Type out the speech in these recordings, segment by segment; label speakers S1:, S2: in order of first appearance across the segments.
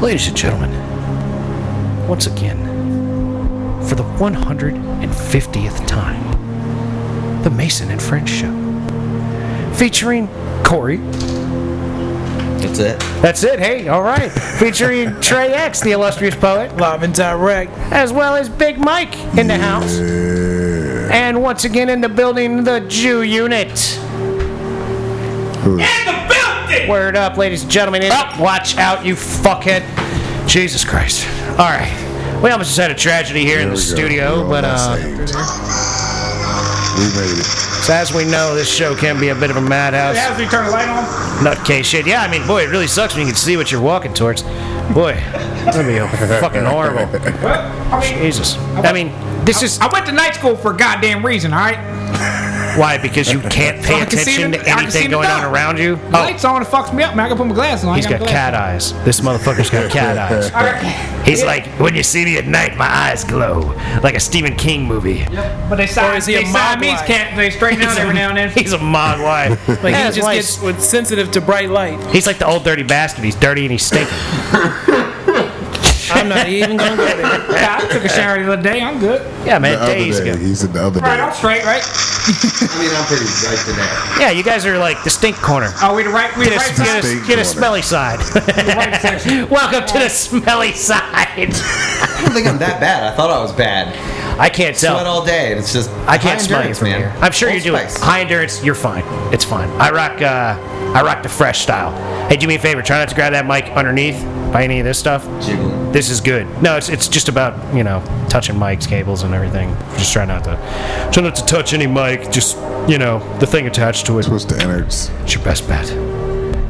S1: Ladies and gentlemen, once again, for the 150th time, The Mason and Friends Show. Featuring Corey.
S2: That's it.
S1: That's it, hey, all right. Featuring Trey X, the illustrious poet,
S3: Live and direct.
S1: as well as Big Mike in the house. And once again in the building, the Jew unit. Word up, ladies and gentlemen. And Watch out, you fuckhead. Oh. Jesus Christ. All right. We almost just had a tragedy here in the
S4: There we go.
S1: studio,
S4: We're on
S1: but
S4: that
S1: uh,
S4: same. We made it.
S1: so as we know, this show can be a bit of a madhouse.
S3: It has to turn the light on.
S1: Nutcase shit. Yeah, I mean, boy, it really sucks when you can see what you're walking towards. Boy, that'd be fucking horrible.
S3: Well, I mean,
S1: Jesus. I mean, this is
S3: I went to night school for a goddamn reason, all right?
S1: why because you can't pay
S3: I can see
S1: attention
S3: the-
S1: to
S3: I can see
S1: anything
S3: the
S1: going on
S3: dot.
S1: around you.
S3: The
S1: Oh,
S3: Lights on, it fucks me up, man. I can put my glasses on.
S1: he's
S3: I ain't
S1: got cat eyes. This motherfucker's got cat eyes.
S3: my glasses on. All right.
S1: He's like, when you see me at night, my eyes glow like a Stephen King movie.
S3: But they
S5: Or
S3: size
S5: is he a
S3: they Siamese
S5: Mogwai?
S3: cat. They straighten out every now and then.
S1: He's a mogwai.
S5: Like
S1: Yeah,
S5: he
S1: that's
S5: just
S1: why
S5: gets
S1: he's-
S5: was sensitive to bright light.
S1: He's like the old dirty bastard. He's dirty and he's stinking.
S5: I'm not even gonna go there.
S3: Yeah, I took a shower the other day. I'm good. All
S1: Yeah, man,
S4: The other
S1: days
S4: day.
S1: ago.
S4: He said the other
S3: right,
S4: day.
S3: I'm straight, right?
S2: I mean, I'm pretty right to that.
S1: Yeah, you guys are like the stink corner.
S3: Are Oh, we the right? We the
S1: Get
S3: right
S1: a, get
S3: side?
S1: a,
S4: Stink
S1: get a
S4: corner.
S1: smelly side.
S3: Right section.
S1: Welcome to the smelly side.
S2: I don't think I'm that bad. I thought I was bad.
S1: I can't
S2: Sweat
S1: tell.
S2: all day, and it's just
S1: I can't
S2: high
S1: smell you
S2: endurance,
S1: from here. I'm sure
S2: Old
S1: you do it.
S2: Spice.
S1: High endurance, you're fine. It's fine. I rock. Uh, I rock the fresh style. Hey, do me a favor. Try not to grab that mic underneath by any of this stuff.
S2: Jiggling.
S1: This is good. No, it's, it's just about you know touching mics, cables, and everything. Just try not to try not to touch any mic. Just you know the thing attached to it.
S4: Twist the innards.
S1: It's your best bet.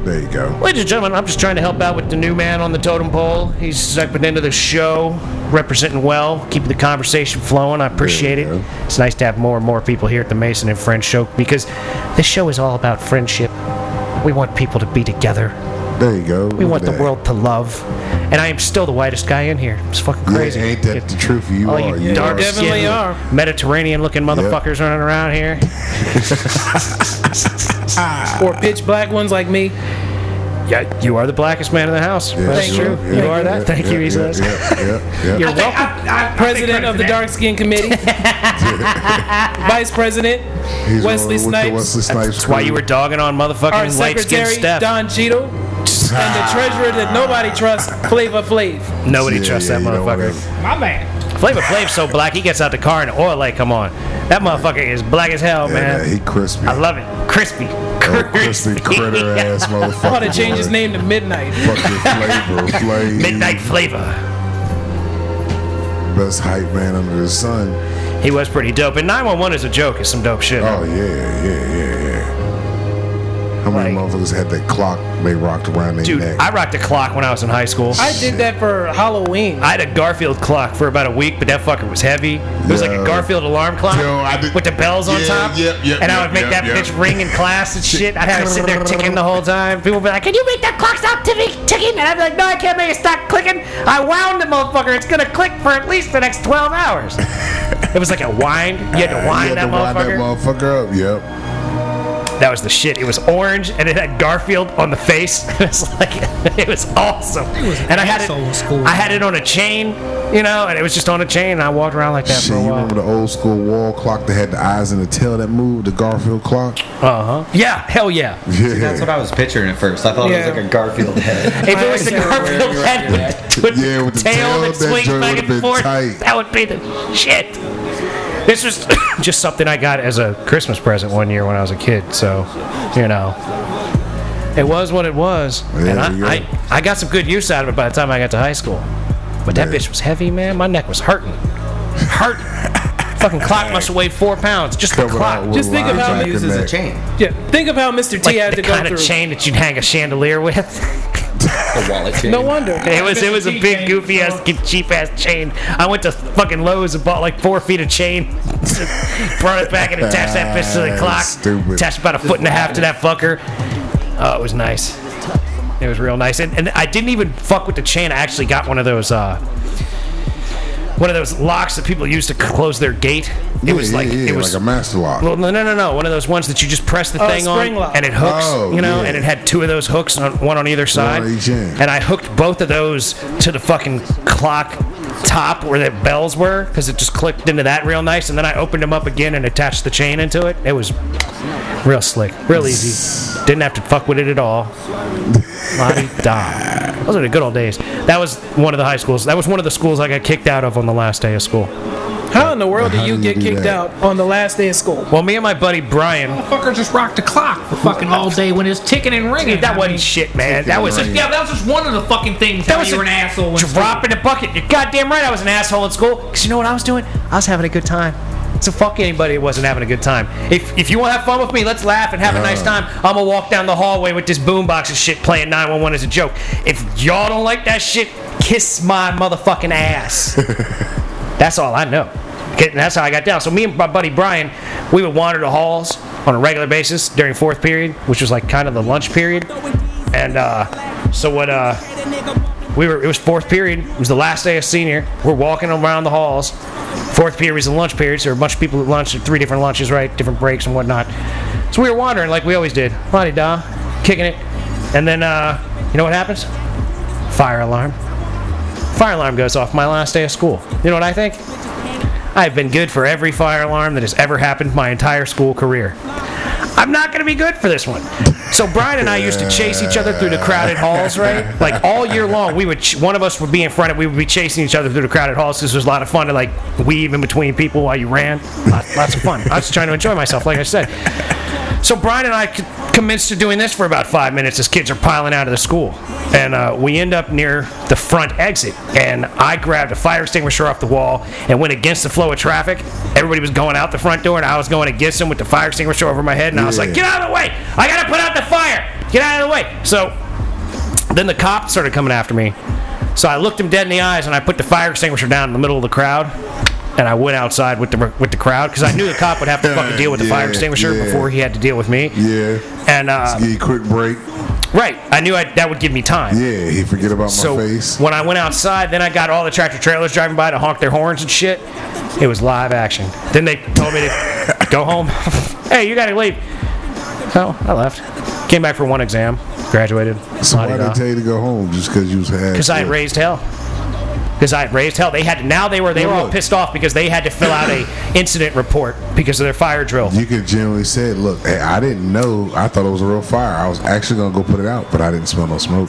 S4: There you go.
S1: Ladies and gentlemen, I'm just trying to help out with the new man on the totem pole. He's stepping into the show, representing well, keeping the conversation flowing. I appreciate
S4: There we
S1: it.
S4: go.
S1: It's nice to have more and more people here at the Mason and Friends show because this show is all about friendship. We want people to be together.
S4: There you go.
S1: We want the world to love. And I am still the whitest guy in here. It's fucking crazy.
S4: Crazy. ain't that the truth? You
S1: all
S4: are.
S1: Oh, you dark
S4: are.
S5: definitely
S1: skinned,
S5: are.
S1: Mediterranean looking motherfuckers running around here.
S5: Or pitch black ones like me.
S1: Yeah, you are the blackest man in the house.
S4: Yes,
S1: That's
S4: you
S1: true.
S4: are.
S1: You
S4: Yeah,
S1: are that.
S4: yeah,
S1: Thank
S4: yeah,
S1: you,
S4: yeah,
S1: Eastless.
S4: Yeah, yeah, yeah.
S1: You're welcome.
S3: I, I,
S5: President of the Dark Skin Committee. Vice President
S4: He's
S5: Wesley
S4: rolling with the
S5: Snipes.
S4: Wesley Snipes.
S1: That's why you were dogging on
S5: Our
S1: motherfucking light skinned
S5: Secretary
S1: Steph.
S5: Don Cheadle. And the treasurer that nobody trusts, Flavor Flav.
S1: Nobody
S4: Yeah,
S1: trusts
S4: yeah,
S1: that
S4: you don't
S1: motherfucker.
S4: wanna-
S3: My man.
S1: Flavor Flav's so black, he gets out the car and oil light come on. That motherfucker is black as hell,
S4: Yeah,
S1: man.
S4: man, he crispy.
S1: I love it. Crispy.
S4: Oh, crispy critter ass motherfucker.
S5: I want to change his name to Midnight.
S4: Fucking flavor, flame.
S1: Midnight Flavor.
S4: Best hype man under the sun.
S1: He was pretty dope. And 911 is a joke. It's some dope shit.
S4: Oh yeah, yeah, yeah, yeah. How many
S1: Like-
S4: motherfuckers had that clock they rocked around their
S1: Dude,
S4: neck?
S1: I rocked a clock when I was in high school.
S5: I did that for Halloween.
S1: I had a Garfield clock for about a week, but that fucker was heavy. It was like a
S4: Yo.
S1: Garfield alarm clock
S4: Yo, I did-
S1: with the bells on
S4: Yeah,
S1: top.
S4: yep, yep,
S1: and I
S4: yep,
S1: would make that
S4: yep, yep.
S1: bitch ring in class and shit. I'd have it sit there ticking the whole time. People would be like, "Can you make that clock stop ticking?" ticking? And I'd be like, "No, I can't make it stop clicking. I wound the motherfucker. It's gonna click for at least the next 12 hours." it was like a wind. You had to
S4: You
S1: wind
S4: had
S1: that
S4: to wind
S1: motherfucker.
S4: that motherfucker up. Yep.
S1: That was the shit. It was orange and it had Garfield on the face. It was like it was awesome.
S3: was
S1: and I had it.
S3: asshole school.
S1: I had it on a chain, you know, and it was just on a chain. And I walked around like that
S4: Shit,
S1: for a
S4: you
S1: while.
S4: remember the old school wall clock that had the eyes and the tail that moved, the Garfield clock? Uh-huh.
S1: Uh huh. Yeah. Hell yeah.
S4: Yeah.
S2: That's what I was picturing at first. I thought
S5: Yeah.
S2: it was like a Garfield head.
S1: If it was the
S5: Yeah,
S1: Garfield head with the, with
S4: Yeah,
S1: the
S4: with the
S1: tail
S4: tail,
S1: that
S4: that
S1: swings
S4: joint
S1: back
S4: would've
S1: and
S4: been
S1: forth,
S4: tight.
S1: that would be the shit. This was just something I got as a Christmas present one year when I was a kid. So, you know, it was what it was,
S4: There
S1: and
S4: you
S1: I,
S4: go.
S1: I I got some good use out of it by the time I got to high school. But that
S4: Man.
S1: bitch was heavy, man. My neck was hurting, hurting. Fucking clock must have weighed four pounds. Just the
S4: Covered all
S1: clock.
S4: with
S1: Just
S5: Just think
S4: lines
S5: about
S4: back
S5: how
S4: and
S5: he uses
S4: back.
S2: It's a chain.
S5: yeah, think of how Mr. T
S1: like
S5: had
S1: the
S5: to go
S1: kind of
S5: through.
S1: chain that you'd hang a chandelier with.
S2: A wallet chain.
S5: No wonder.
S1: It was it was a big
S3: Chain.
S1: goofy ass cheap ass chain. I went to fucking Lowe's and bought like four feet of chain, brought it back and attached that bitch to the clock.
S4: Stupid.
S1: Attached about a foot and a half to that fucker. Oh, it was nice. It was real nice, and, and I didn't even fuck with the chain. I actually got one of those. Uh, one of those locks that people use to close their gate. It
S4: Yeah,
S1: was
S4: yeah,
S1: like
S4: yeah,
S1: it was
S4: like a master lock.
S1: well, no, no, no, no. One of those ones that you just press the
S5: Oh,
S1: thing on
S5: spring lock.
S1: and it hooks,
S4: Oh,
S1: you know,
S4: yeah.
S1: and it had two of those hooks, on, one on either side.
S4: each end.
S1: And I hooked both of those to the fucking clock top where the bells were because it just clicked into that real nice. And then I opened them up again and attached the chain into it. It was real slick, real easy. Didn't have to fuck with it at all. La-di-da. Those are the good old days. That was one of the high schools. That was one of the schools I got kicked out of on the last day of school.
S5: How in the world
S4: How
S5: do you
S4: do you
S5: get
S4: do
S5: kicked
S4: that?
S5: out on the last day of school?
S1: Well, me and my buddy Brian.
S3: Fucker just rocked the clock for fucking all day when it's ticking and ringing.
S1: That
S3: I
S1: wasn't
S3: mean,
S1: shit, man. That was a
S3: Yeah, but that was just one of the fucking things.
S1: That
S3: how
S1: was
S3: you
S1: a
S3: were an asshole. when-
S1: Drop in the bucket. You're goddamn right. I was an asshole in school. Cause you know what I was doing? I was having a good time. So fuck anybody that wasn't having a good time. If, if you want to have fun with me, let's laugh and have a nice time. I'm gonna walk down the hallway with this boombox and shit playing 911 as a joke. If y'all don't like that shit, kiss my motherfucking ass. That's all I know. Okay, and that's how I got down. So me and my buddy Brian, we would wander the halls on a regular basis during fourth period, which was like kind of the lunch period. And uh, so what? Uh, we were. It was fourth period. It was the last day of senior. We're walking around the halls. Fourth period was the lunch period. So there were a bunch of people at lunch. Three different lunches, right? Different breaks and whatnot. So we were wandering like we always did. La da, kicking it. And then uh, you know what happens? Fire alarm. Fire alarm goes off my last day of school. You know what I think? I've been good for every fire alarm that has ever happened my entire school career. I'm not going to be good for this one. So Brian and I used to chase each other through the crowded halls, right? Like all year long, we would ch- one of us would be in front of, we would be chasing each other through the crowded halls. This was a lot of fun to like weave in between people while you ran. Lot- Lots of fun. I was trying to enjoy myself, like I said. So Brian and I c- commenced to doing this for about five minutes as kids are piling out of the school. And uh, we end up near the front exit. And I grabbed a fire extinguisher off the wall and went against the flow of traffic. Everybody was going out the front door, and I was going against them with the fire extinguisher over my head. And I was like,
S4: Yeah.
S1: get out of the way! I gotta put out the fire! Get out of the way! So then the cop started coming after me. So I looked him dead in the eyes and I put the fire extinguisher down in the middle of the crowd. And I went outside with the with the crowd because I knew the cop would have to fucking deal with the fire
S4: Yeah,
S1: extinguisher
S4: yeah.
S1: before he had to deal with me.
S4: Yeah.
S1: And uh,
S4: Give you a quick break.
S1: right, I knew I, that would give me time.
S4: Yeah, he forget about my
S1: So
S4: face.
S1: when I went outside, then I got all the tractor trailers driving by to honk their horns and shit. It was live action. Then they told me to go home. hey, you gotta leave. So I left. Came back for one exam. Graduated.
S4: So why
S1: La-di-da.
S4: they tell you to go home just because you was had?
S1: Because I had raised hell. Because I had raised hell. They had to, now they were they were all
S4: look.
S1: pissed off because they had to fill out a incident report because of their fire drill.
S4: You could generally say, "Look, hey, I didn't know. I thought it was a real fire. I was actually gonna go put it out, but I didn't smell no smoke,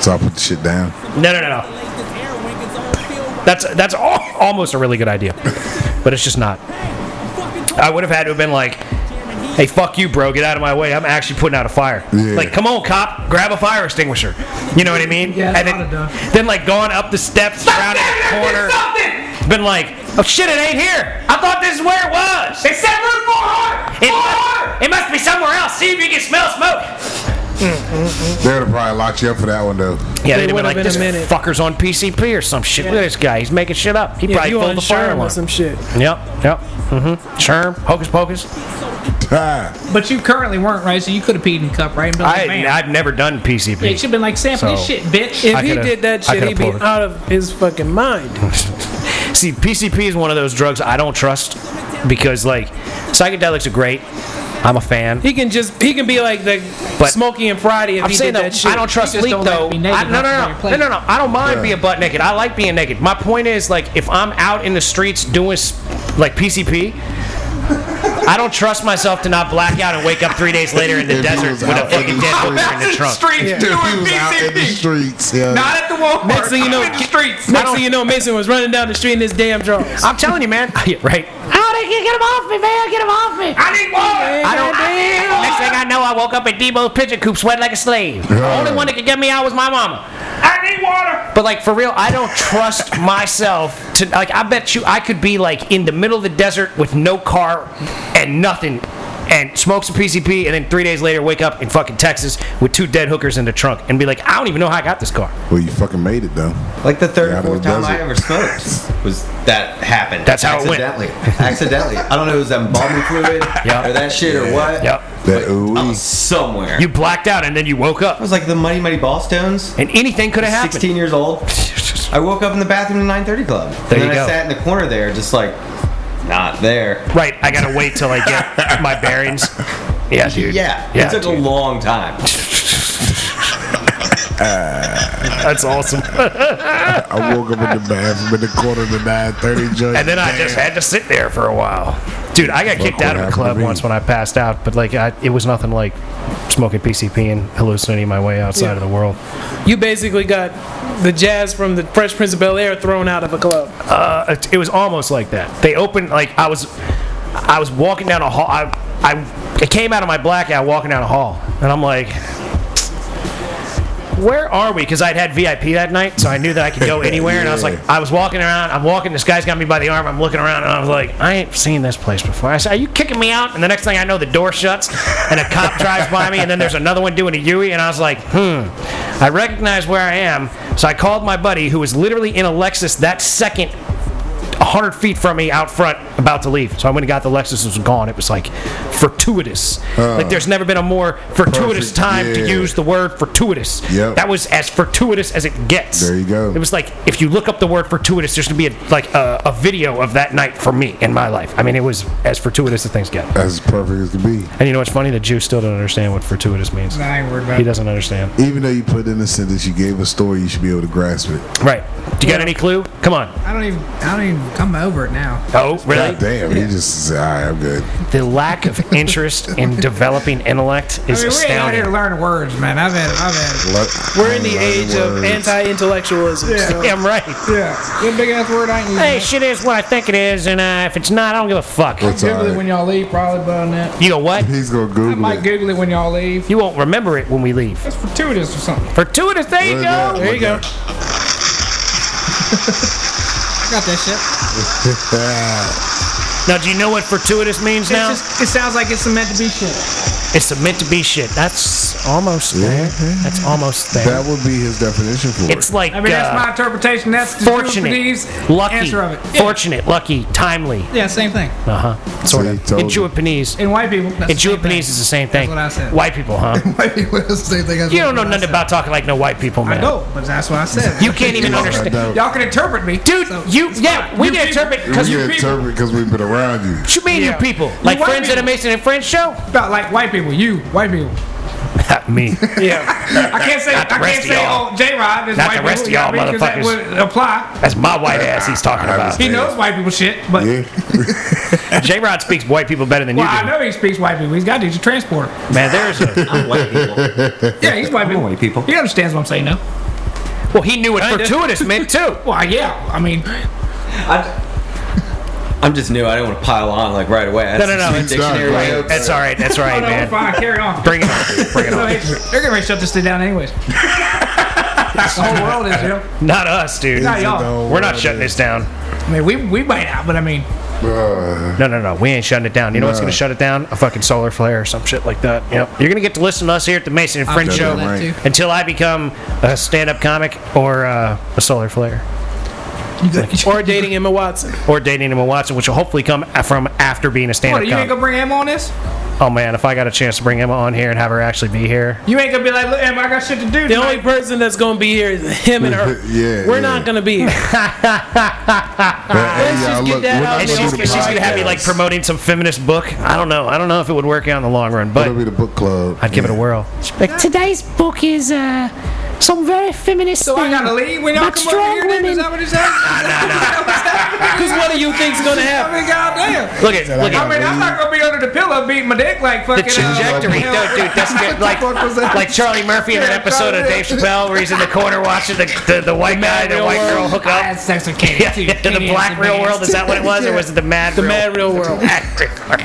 S4: so I put the shit down."
S1: No, no, no, no. That's that's al- almost a really good idea, but it's just not. I would have had to have been like, "Hey, fuck you, bro. Get out of my way. I'm actually putting out a fire.
S4: Yeah.
S1: Like, come on, cop. Grab a fire extinguisher. You know what I mean?
S3: Yeah,
S1: and
S3: I'd have done.
S1: then, then like going up the steps, around the corner. Been like, oh shit, it ain't here. I thought this is where it was. It said room 400. It, must, it must be somewhere else. See if you can smell smoke.
S4: They would have probably locked you up for that one though.
S1: Yeah,
S5: They
S1: they'd have been
S5: would've
S1: like,
S5: been a
S1: this
S5: minute.
S1: fucker's on PCP or some shit. Look at this guy. He's making shit up. He
S5: Yeah,
S1: probably
S5: you
S1: pulled
S5: on
S1: the fire
S5: Sherm or
S1: alarm.
S5: some shit.
S1: Yep, yep. Mm-hmm. Sherm, hocus pocus.
S4: Ah,
S3: But you currently weren't, right? So you could have peed in the cup, right? And been like,
S1: I,
S3: man.
S1: I've never done
S3: Yeah, you should
S1: PCP.
S3: have been like, sample this
S1: So-
S3: shit, bitch.
S5: If
S1: I
S5: he
S1: could've-
S5: did that
S1: I
S5: shit,
S1: could've
S5: he'd be
S1: pulled it.
S5: out of his fucking mind.
S1: See, PCP is one of those drugs I don't trust because, like, psychedelics are great. I'm a fan.
S5: He can just he can be like the
S1: But-
S5: Smokey and Friday if
S1: I'm
S5: he
S1: saying
S5: did
S1: though,
S5: that shit.
S1: I don't trust
S3: You just
S1: Leap
S3: don't like
S1: though.
S3: being naked,
S1: I- no, no,
S3: that's why
S1: no,
S3: you're
S1: no,
S3: playing.
S1: no, no. I don't mind
S4: Yeah.
S1: being butt naked. I like being naked. My point is, like, if I'm out in the streets doing s- like PCP, I don't trust myself to not black out and wake up three days later in the
S4: If he
S1: desert
S4: was
S1: with a
S4: out in
S1: fucking
S4: the
S1: dead
S4: streets.
S1: hooker in the trunk.
S3: streets
S4: Dude, he was out in the streets. Yeah.
S3: at the Walmart.
S5: Next thing you know, next
S1: don't-
S5: thing you know, Mason was running down the street in his damn drawers.
S1: I'm telling you, man. Yeah, right. How did you get him off me, man? Get him off me.
S3: I need water.
S1: I don't. next thing I know, I woke up in Debo's pigeon coop, sweating like a slave. The only one that could get me out was my mama.
S3: I need water.
S1: But like for real, I don't trust myself to like. I bet you I could be like in the middle of the desert with no car and nothing, and smoke some PCP, and then three days later wake up in fucking Texas with two dead hookers in the trunk and be like, I don't even know how I got this car.
S4: Well, you fucking made it though.
S2: Like the third,
S4: Yeah,
S2: or
S4: out of
S2: fourth
S4: the
S2: time I
S4: desert.
S2: ever smoked was that happened.
S1: That's how it went.
S2: accidentally. Accidentally. I don't know if it was embalming fluid
S1: Yeah.
S2: or that shit or what.
S1: Yep.
S4: That ooh
S2: I was somewhere.
S1: You blacked out and then you woke
S2: I
S1: up,
S2: was like the Muddy Muddy Ballstones.
S1: and anything could have happened.
S2: 16 years old. I woke up in the bathroom in the 930 Club.
S1: There
S2: and then
S1: you
S2: I
S1: go.
S2: sat in the corner there, just like, not there.
S1: Right, I gotta wait till I get my bearings. Yeah, dude.
S2: Yeah.
S1: yeah
S2: it took
S1: dude.
S2: a long time.
S1: That's awesome.
S4: I woke up in the bathroom in the corner of the 930 joint.
S1: And then I just had to sit there for a while. Dude, I got kicked
S4: what
S1: out of a
S4: happened
S1: club
S4: to me.
S1: once when I passed out, but like I, it was nothing like smoking PCP and hallucinating my way outside
S5: Yeah.
S1: of the world.
S5: You basically got the jazz from the Fresh Prince of Bel Air thrown out of a club.
S1: Uh, it, it was almost like that. They opened like I was, I was walking down a hall. I, I, I came out of my blackout walking down a hall, and I'm like. Where are we? Because I'd had VIP that night, so I knew that I could go anywhere. And I was like, I was walking around. I'm walking. This guy's got me by the arm. I'm looking around, and I was like, I ain't seen this place before. I said, Are you kicking me out? And the next thing I know, the door shuts, and a cop drives by me, and then there's another one doing a Yui, and I was like, Hmm. I recognize where I am, so I called my buddy, who was literally in a Lexus that second 100 feet from me out front about to leave. So I went and got the Lexus, it was gone. It was like fortuitous. like there's never been a more fortuitous
S4: Oh. Perfect,
S1: time to
S4: yeah.
S1: use the word fortuitous.
S4: Yep.
S1: That was as fortuitous as it gets.
S4: There you go.
S1: It was like if you look up the word fortuitous, there's gonna be a, like a, a video of that night for me in my life. I mean, it was as fortuitous as things get.
S4: As perfect as could be.
S1: And you know what's funny? The Jew still don't understand what fortuitous means.
S6: I ain't worried about
S1: He
S6: it.
S1: doesn't understand.
S4: Even though you put in the sentence, you gave a story, you should be able to grasp it.
S1: Right. Do you got any clue? Come on.
S6: I don't even. I don't even. I'm over it now.
S1: Oh, really?
S4: God damn, he just said, all right, I'm good.
S1: The lack of interest in developing intellect
S6: I
S1: is
S6: mean, we ain't out here to
S1: astounding.
S6: learn words, man. I've been. I've been.
S4: Let-
S5: We're in the
S4: Learn
S5: age of
S4: words.
S5: anti-intellectualism. so-
S1: Yeah, I'm right.
S6: Yeah, that big ass word I ain't
S1: Hey,
S6: using.
S1: shit is what I think it is, and uh, if it's not, I don't give a fuck.
S4: It's all
S6: Google it when
S4: right.
S6: y'all leave, probably, but on that.
S1: You know what?
S4: He's gonna
S6: I
S4: Google
S6: might
S4: it.
S6: Google it when y'all leave.
S1: You won't remember it when we leave.
S6: It's fortuitous or something.
S1: Fortuitous, there you
S4: Look
S1: go.
S4: at
S5: There you go.
S6: I got that shit.
S4: that.
S1: Now, do you know what fortuitous means now?
S6: It's just, it sounds like it's meant to be shit.
S1: it's a meant to be shit. That's almost there. That's almost there.
S4: That would be his definition for
S1: it's
S4: it.
S1: like
S6: I mean, that's
S1: uh,
S6: my interpretation. That's the
S1: fortunate,
S6: Japanese
S1: lucky,
S6: answer of it. Yeah.
S1: fortunate, lucky, timely.
S6: yeah, same thing.
S1: Uh huh. Sort
S4: See,
S1: of.
S4: told
S1: In
S4: you.
S1: Japanese,
S6: In white people, that's
S1: in
S6: the same thing.
S1: Japanese is the same thing.
S6: what I said.
S1: White people, huh?
S6: White people, that's the same thing. as
S1: you
S6: what
S1: don't know
S6: I
S1: nothing
S6: said.
S1: about talking like no white people,
S6: I
S1: man.
S6: know, but that's what I said.
S1: You can't even
S4: Yeah, I
S1: understand.
S4: know.
S6: Y'all can interpret me,
S1: Dude,
S6: so
S1: you
S6: it's
S1: yeah,
S6: fine.
S1: we
S6: You
S1: can
S6: people-
S1: interpret because
S4: we
S1: you
S4: can interpret because we've been around you.
S1: What you mean,
S5: Yeah.
S1: you people? Like
S6: white
S1: friends at a
S6: people.
S1: Mason and Friends show?
S6: about like white people. You white people.
S1: me.
S5: Yeah.
S6: I can't say I
S1: Not the rest
S6: can't
S1: of
S6: say
S1: y'all.
S6: oh J Rod is
S1: Not
S6: white
S1: the rest of
S6: people, you know
S1: y'all
S6: what I mean? 'Cause
S1: motherfuckers.
S6: That would apply.
S1: That's my white ass he's talking about.
S4: understand.
S6: He
S4: Yeah.
S6: knows white people shit, but
S4: Yeah.
S1: J Rod speaks white people better than
S6: well,
S1: you
S6: I
S1: do.
S6: know he speaks white people. He's got to use a transporter.
S1: Man, there's a.
S2: I'm white people.
S6: Yeah, he's white people.
S2: white people.
S6: He understands what I'm saying, though.
S1: Well, he knew what fortuitous meant, too.
S6: Well, yeah. I mean,
S2: I, am just new. I didn't want to pile on like right away. That's
S1: no, no,
S2: some
S1: it's
S2: dictionary
S4: not right.
S2: jokes.
S1: That's all right. That's all right,
S6: no,
S1: man.
S6: fine. Carry on.
S1: Bring it on. Bring it
S6: No,
S1: on.
S6: they- they're gonna shut this thing down anyways. the whole world is, you know.
S1: Not us, dude.
S6: Not y'all.
S1: We're not shutting this down.
S6: I mean, we we might not, but I mean,
S4: Uh,
S1: No, no, no. We ain't shutting it down. You know what's
S4: No.
S1: going to shut it down? A fucking solar flare or some shit like that. Yep. You're going to get to listen to us here at the Mason and Friends
S4: do
S1: show
S4: that too.
S1: until I become a stand up comic or uh, a solar flare.
S5: or dating Emma Watson.
S1: or dating Emma Watson, which will hopefully come from after being a
S6: what,
S1: stand-up
S6: you ain't
S1: comic.
S6: gonna bring Emma on this?
S1: oh man, if I got a chance to bring Emma on here and have her actually be here,
S6: You ain't gonna be like, look, Emma, I got shit to do.
S5: The
S6: tonight."
S5: only person that's gonna be here is him and her.
S4: Yeah,
S5: We're
S4: yeah.
S5: not gonna be here.
S4: but, hey,
S5: Let's
S4: y'all,
S5: just get
S4: look,
S5: that
S4: we're
S5: out
S4: not
S1: and
S4: gonna
S1: she's,
S4: do the
S1: she's gonna have me like
S4: podcast.
S1: promoting some feminist book. I don't know. I don't know if it would work out in the long run,
S4: It'll
S1: but
S4: be the book club.
S1: I'd give it a whirl.
S7: Like, today's book is uh, some very feminist
S6: So
S7: thing.
S6: Oh, I gotta leave when y'all
S7: But
S6: come over here.
S7: strong
S6: Then? Is
S7: women-
S6: that what he said?
S5: Because what do you think's gonna
S6: I
S5: happen?
S6: mean, goddamn.
S1: Look at look
S6: I mean,
S1: at
S6: I'm not gonna be under the pillow beating my dick like
S1: the
S6: fucking.
S1: trajectory,
S6: uh,
S1: no, dude. That's good. like like Charlie Murphy in an
S6: Yeah,
S1: episode of
S6: Charlie-
S1: Dave Chappelle where he's in the corner watching the the, the white guy and the
S5: Real
S1: white girl
S5: World.
S1: hook
S6: I
S1: up.
S6: had sex with Katie.
S1: Yeah,
S6: too.
S1: yeah, the
S6: Katie
S1: black
S6: is
S1: real world.
S6: advanced.
S1: Is that what it was, or was it the mad? The
S5: Mad real world.
S1: mad real world.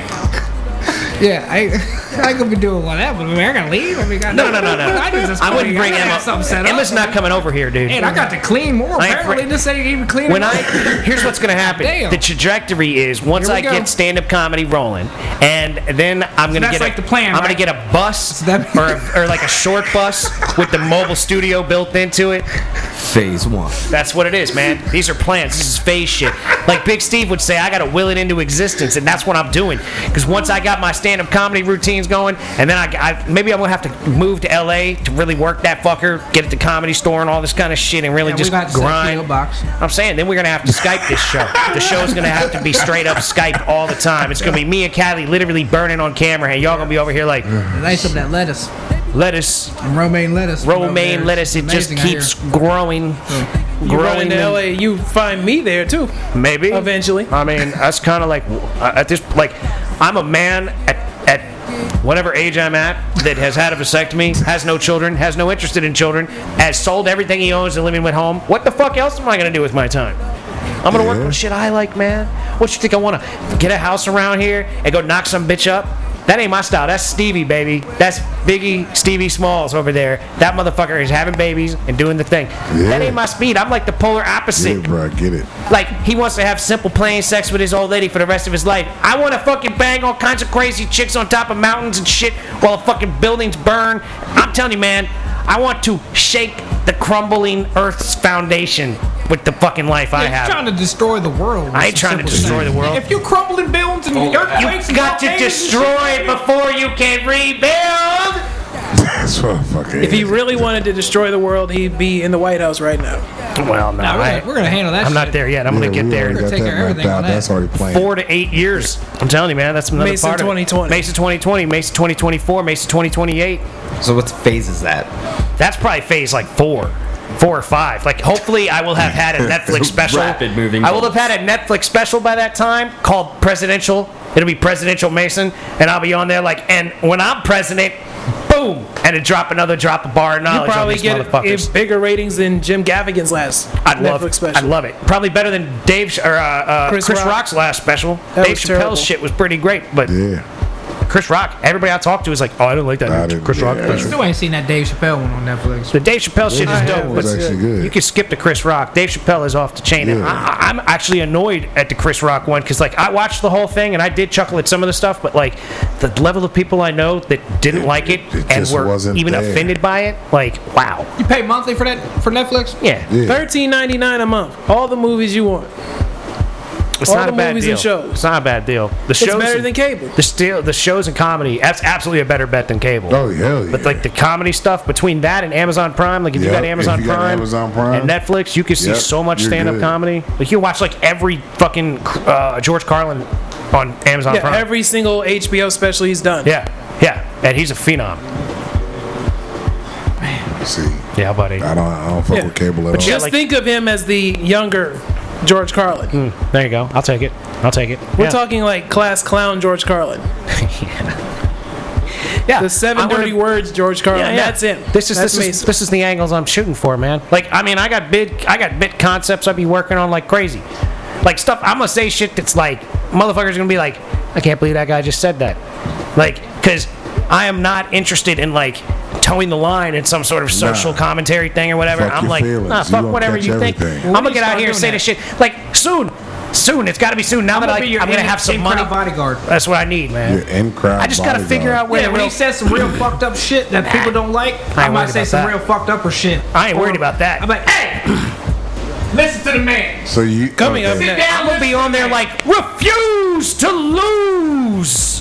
S6: Yeah, I.
S3: I could be doing whatever. I mean, I gotta leave. I mean, got
S1: No, no, no, no.
S3: I, just
S1: I wouldn't bring
S3: I gotta
S1: Emma.
S3: have something set
S1: Emma's
S3: up.
S1: not coming over here, dude.
S3: And I got to clean more.
S1: I ain't
S3: Apparently,
S1: fr-
S3: this ain't even cleaning.
S1: When I
S3: up.
S1: here's what's gonna happen.
S3: Damn.
S1: The trajectory is once
S3: Here we
S1: I
S3: go.
S1: get stand up comedy rolling, and then I'm gonna
S3: that's
S1: get
S3: like
S1: a,
S3: the plan,
S1: I'm gonna
S3: right?
S1: get a bus
S3: that-
S1: or a, or like a short bus with the mobile studio built into it.
S2: Phase one.
S1: That's what it is, man. These are plans. This is phase shit. Like Big Steve would say, I gotta will it into existence, and that's what I'm doing. Because once I got my stand up comedy routines going, and then I, I maybe I'm gonna have to move to LA to really work that fucker, get at the comedy store and all this kind of shit, and really
S3: Yeah, we
S1: just
S3: got to set
S1: grind.
S3: PO box.
S1: I'm saying then we're gonna have to Skype this show. the show's gonna have to be straight up Skype all the time. It's gonna be me and Callie literally burning on camera, and y'all gonna be over here like
S3: Nice of that lettuce,
S1: lettuce,
S3: romaine lettuce. over there.
S1: romaine, lettuce. It just
S3: Amazing out
S1: keeps growing,
S5: You roll
S1: growing.
S5: into
S1: and-
S5: LA, you find me there too.
S1: Maybe
S5: Eventually.
S1: I mean, that's kind of like uh, at this like I'm a man at at whatever age I'm at that has had a vasectomy, has no children, has no interest in children, has sold everything he owns and living with home. What the fuck else am I gonna do with my time? I'm gonna work
S4: Yeah.
S1: on shit I like, man. What you think I wanna get a house around here and go knock some bitch up? That ain't my style. That's Stevie, baby. That's Biggie Stevie Smalls over there. That motherfucker is having babies and doing the thing. That
S4: Yeah.
S1: ain't my speed. I'm like the polar
S4: Get
S1: opposite.
S4: it, bro. Get it.
S1: Like he wants to have simple plain sex with his old lady for the rest of his life. I want to fucking bang all kinds of crazy chicks on top of mountains and shit while fucking buildings burn. I'm telling you, man, I want to shake the crumbling earth's foundation with the fucking life I
S3: You're trying
S1: have.
S3: to destroy the world. with
S1: I ain't
S3: some
S1: trying to
S3: simple
S1: destroy
S3: things.
S1: the world. Oh,
S3: If you crumbling buildings and earthquakes,
S1: You
S3: and
S1: got to
S3: volcanoes and shit,
S1: destroy it before you can rebuild.
S4: That's what I fucking.
S5: If he really wanted to destroy the world, he'd be in the White House right now.
S1: Well, no,
S3: Nah, we're,
S1: I,
S3: gonna, we're gonna handle that.
S1: I'm
S3: shit.
S1: not there yet. I'm gonna get there. in
S3: We're gonna take care of everything on that.
S4: That's already planned.
S1: four to eight years. I'm telling you, man, that's another
S5: Mason
S1: part of it.
S5: 2020.
S1: Mesa 2020, Mesa 2024, Mesa 2028.
S2: So what phase is that?
S1: That's probably phase like four, four or five. Like, hopefully, I will have had a Netflix special.
S2: Rapid moving
S1: I will have
S2: goals.
S1: had a Netflix special by that time called Presidential. It'll be Presidential Mason, and I'll be on there like, and when I'm president, boom, and it drop another drop of bar
S5: You
S1: knowledge on
S5: probably
S1: these
S5: get
S1: motherfuckers.
S5: if bigger ratings than Jim Gaffigan's last
S1: I'd
S5: Netflix
S1: love,
S5: special.
S1: I'd love it. Probably better than Dave Ch- or uh, uh, Chris,
S5: Chris Rock.
S1: Rock's last special.
S5: That
S1: Dave
S5: was
S1: Chappelle's
S5: terrible.
S1: shit was pretty great, but
S4: Yeah.
S1: Chris Rock, everybody I talked to is like, oh, I don't like
S4: I
S1: that new
S4: didn't-
S1: Chris Rock
S4: yeah.
S1: special.
S3: Still ain't seen that Dave Chappelle one on Netflix.
S1: The Dave Chappelle shit is
S4: Chappelle
S1: dope,
S4: was
S1: but
S4: actually good.
S1: you can skip the Chris Rock. Dave Chappelle is off the chain, and
S4: Yeah.
S1: I, I- I'm actually annoyed at the Chris Rock one because like I watched the whole thing and I did chuckle at some of the stuff, but like the level of people I know that didn't like it,
S4: it
S1: and
S4: just
S1: were
S4: wasn't
S1: even
S4: there.
S1: offended by it, like wow,
S3: You pay monthly for that for Netflix?
S1: yeah,
S4: Yeah.
S5: Thirteen ninety nine a month. All the movies you want.
S1: it's
S5: All
S1: not
S5: the
S1: a bad
S5: movies
S1: deal.
S5: and shows.
S1: It's not a bad deal. The shows
S5: better
S1: and-
S5: than cable.
S1: The still the shows and comedy. That's absolutely a better bet than cable.
S4: Oh hell yeah.
S1: But like the comedy stuff between that and Amazon Prime, like if you
S4: Yep,
S1: got
S4: if
S1: Amazon
S4: you got
S1: Prime,
S4: Amazon Prime,
S1: and Netflix, you can see
S4: yep,
S1: so much
S4: you're
S1: stand-up
S4: good.
S1: comedy. Like you watch like every fucking uh, George Carlin on Amazon
S5: Yeah,
S1: Prime.
S5: every single HBO special he's done.
S1: yeah, yeah, and he's a phenom.
S4: see,
S1: Yeah, buddy.
S4: I don't, I don't fuck
S5: Yeah.
S4: with cable at
S1: But
S4: all.
S1: you-
S5: Just
S1: like-
S5: think of him as the younger George Carlin.
S1: Mm, There you go. I'll take it. I'll take it.
S5: We're
S1: yeah.
S5: talking like class clown George Carlin.
S1: yeah.
S5: The seven
S1: I wanna-
S5: dirty words George Carlin.
S1: Yeah, Oh, yeah.
S5: That's him.
S1: This is
S5: That's
S1: this is
S5: Mason.
S1: this is the angles I'm shooting for, man. Like I mean, I got big I got bit concepts I'd be working on like crazy. Like stuff I'm gonna say shit that's like motherfuckers gonna be like, I can't believe that guy just said that. Like, cause I am not interested in like towing the line in some sort of social
S4: Nah.
S1: commentary thing or whatever.
S4: Fuck
S1: I'm
S4: your
S1: like,
S4: feelings.
S1: nah,
S4: You
S1: fuck
S4: gonna
S1: whatever
S4: catch
S1: you think.
S4: everything.
S1: I'm
S3: When do
S1: gonna
S3: you
S1: get out
S3: start
S1: here and say
S3: doing
S1: this shit. Like soon, soon. It's gotta be soon. Now that I, I'm gonna have some money.
S3: bodyguard.
S1: That's what I need, man.
S4: Your in-crowd
S1: I just gotta
S4: bodyguard.
S1: figure out where
S3: Yeah,
S1: the
S3: when
S1: real
S3: he says some real fucked up shit that people don't like, I,
S1: ain't
S3: might
S1: worried
S3: say
S1: about
S3: some
S1: that.
S3: real fucked up or shit.
S1: I ain't
S3: Or-
S1: worried about that.
S3: I'm like, hey, listen to the man.
S4: So you
S5: Coming up next.
S1: I'm gonna be on there like refuse to lose.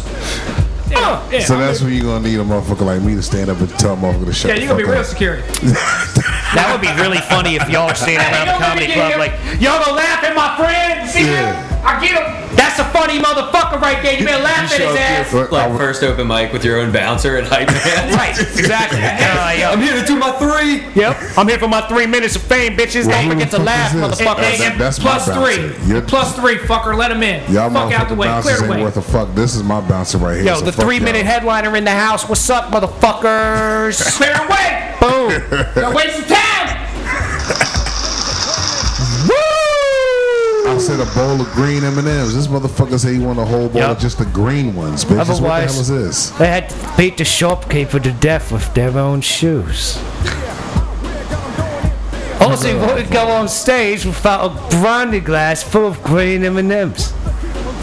S1: Uh,
S5: Yeah.
S4: So that's when you're gonna need a motherfucker like me to stand up and tell a motherfucker to shut
S3: Yeah,
S4: the
S3: you're gonna be
S4: fuck
S3: real
S4: up.
S3: security.
S1: that would be really funny if y'all were standing around the comedy club like, y'all gonna laugh at my friend. See him? I get him. That's a funny motherfucker right there. You better
S2: You
S1: laugh at
S2: show
S1: his
S2: up
S1: ass.
S2: to your
S4: I
S2: like,
S4: would-
S2: first open mic with your own bouncer and hype man.
S1: Right, exactly.
S2: I'm here to do my three.
S1: yep, I'm here for my three minutes of fame, bitches.
S4: Well,
S1: Don't
S4: who
S1: forget
S4: the
S1: to
S4: fuck
S1: laugh,
S4: is this?
S1: motherfucker.
S4: That- that- that's my
S3: Plus
S4: bouncer.
S3: three.
S4: You're-
S3: Plus three, fucker. Let him in.
S4: Y'all
S3: Fuck out the
S4: motherfucking
S3: way. Clear
S4: bouncers
S3: the
S4: ain't
S3: way.
S4: worth a fuck. This is my bouncer right here.
S1: Yo,
S4: so
S1: the
S4: fuck
S1: three minute
S4: y'all.
S1: headliner in the house. What's up, motherfuckers?
S3: Clear the way.
S1: Boom.
S3: Don't waste your time.
S1: Woo!
S4: I'm said a bowl of green M and M's. This motherfucker said he want a whole bowl
S1: Yup.
S4: of just the green ones. Bitch, Just what the hell
S1: Otherwise-
S4: is this?
S1: They had to beat the shopkeeper to death with their own shoes. Also, he would go on stage without a brandy glass full of green M&Ms.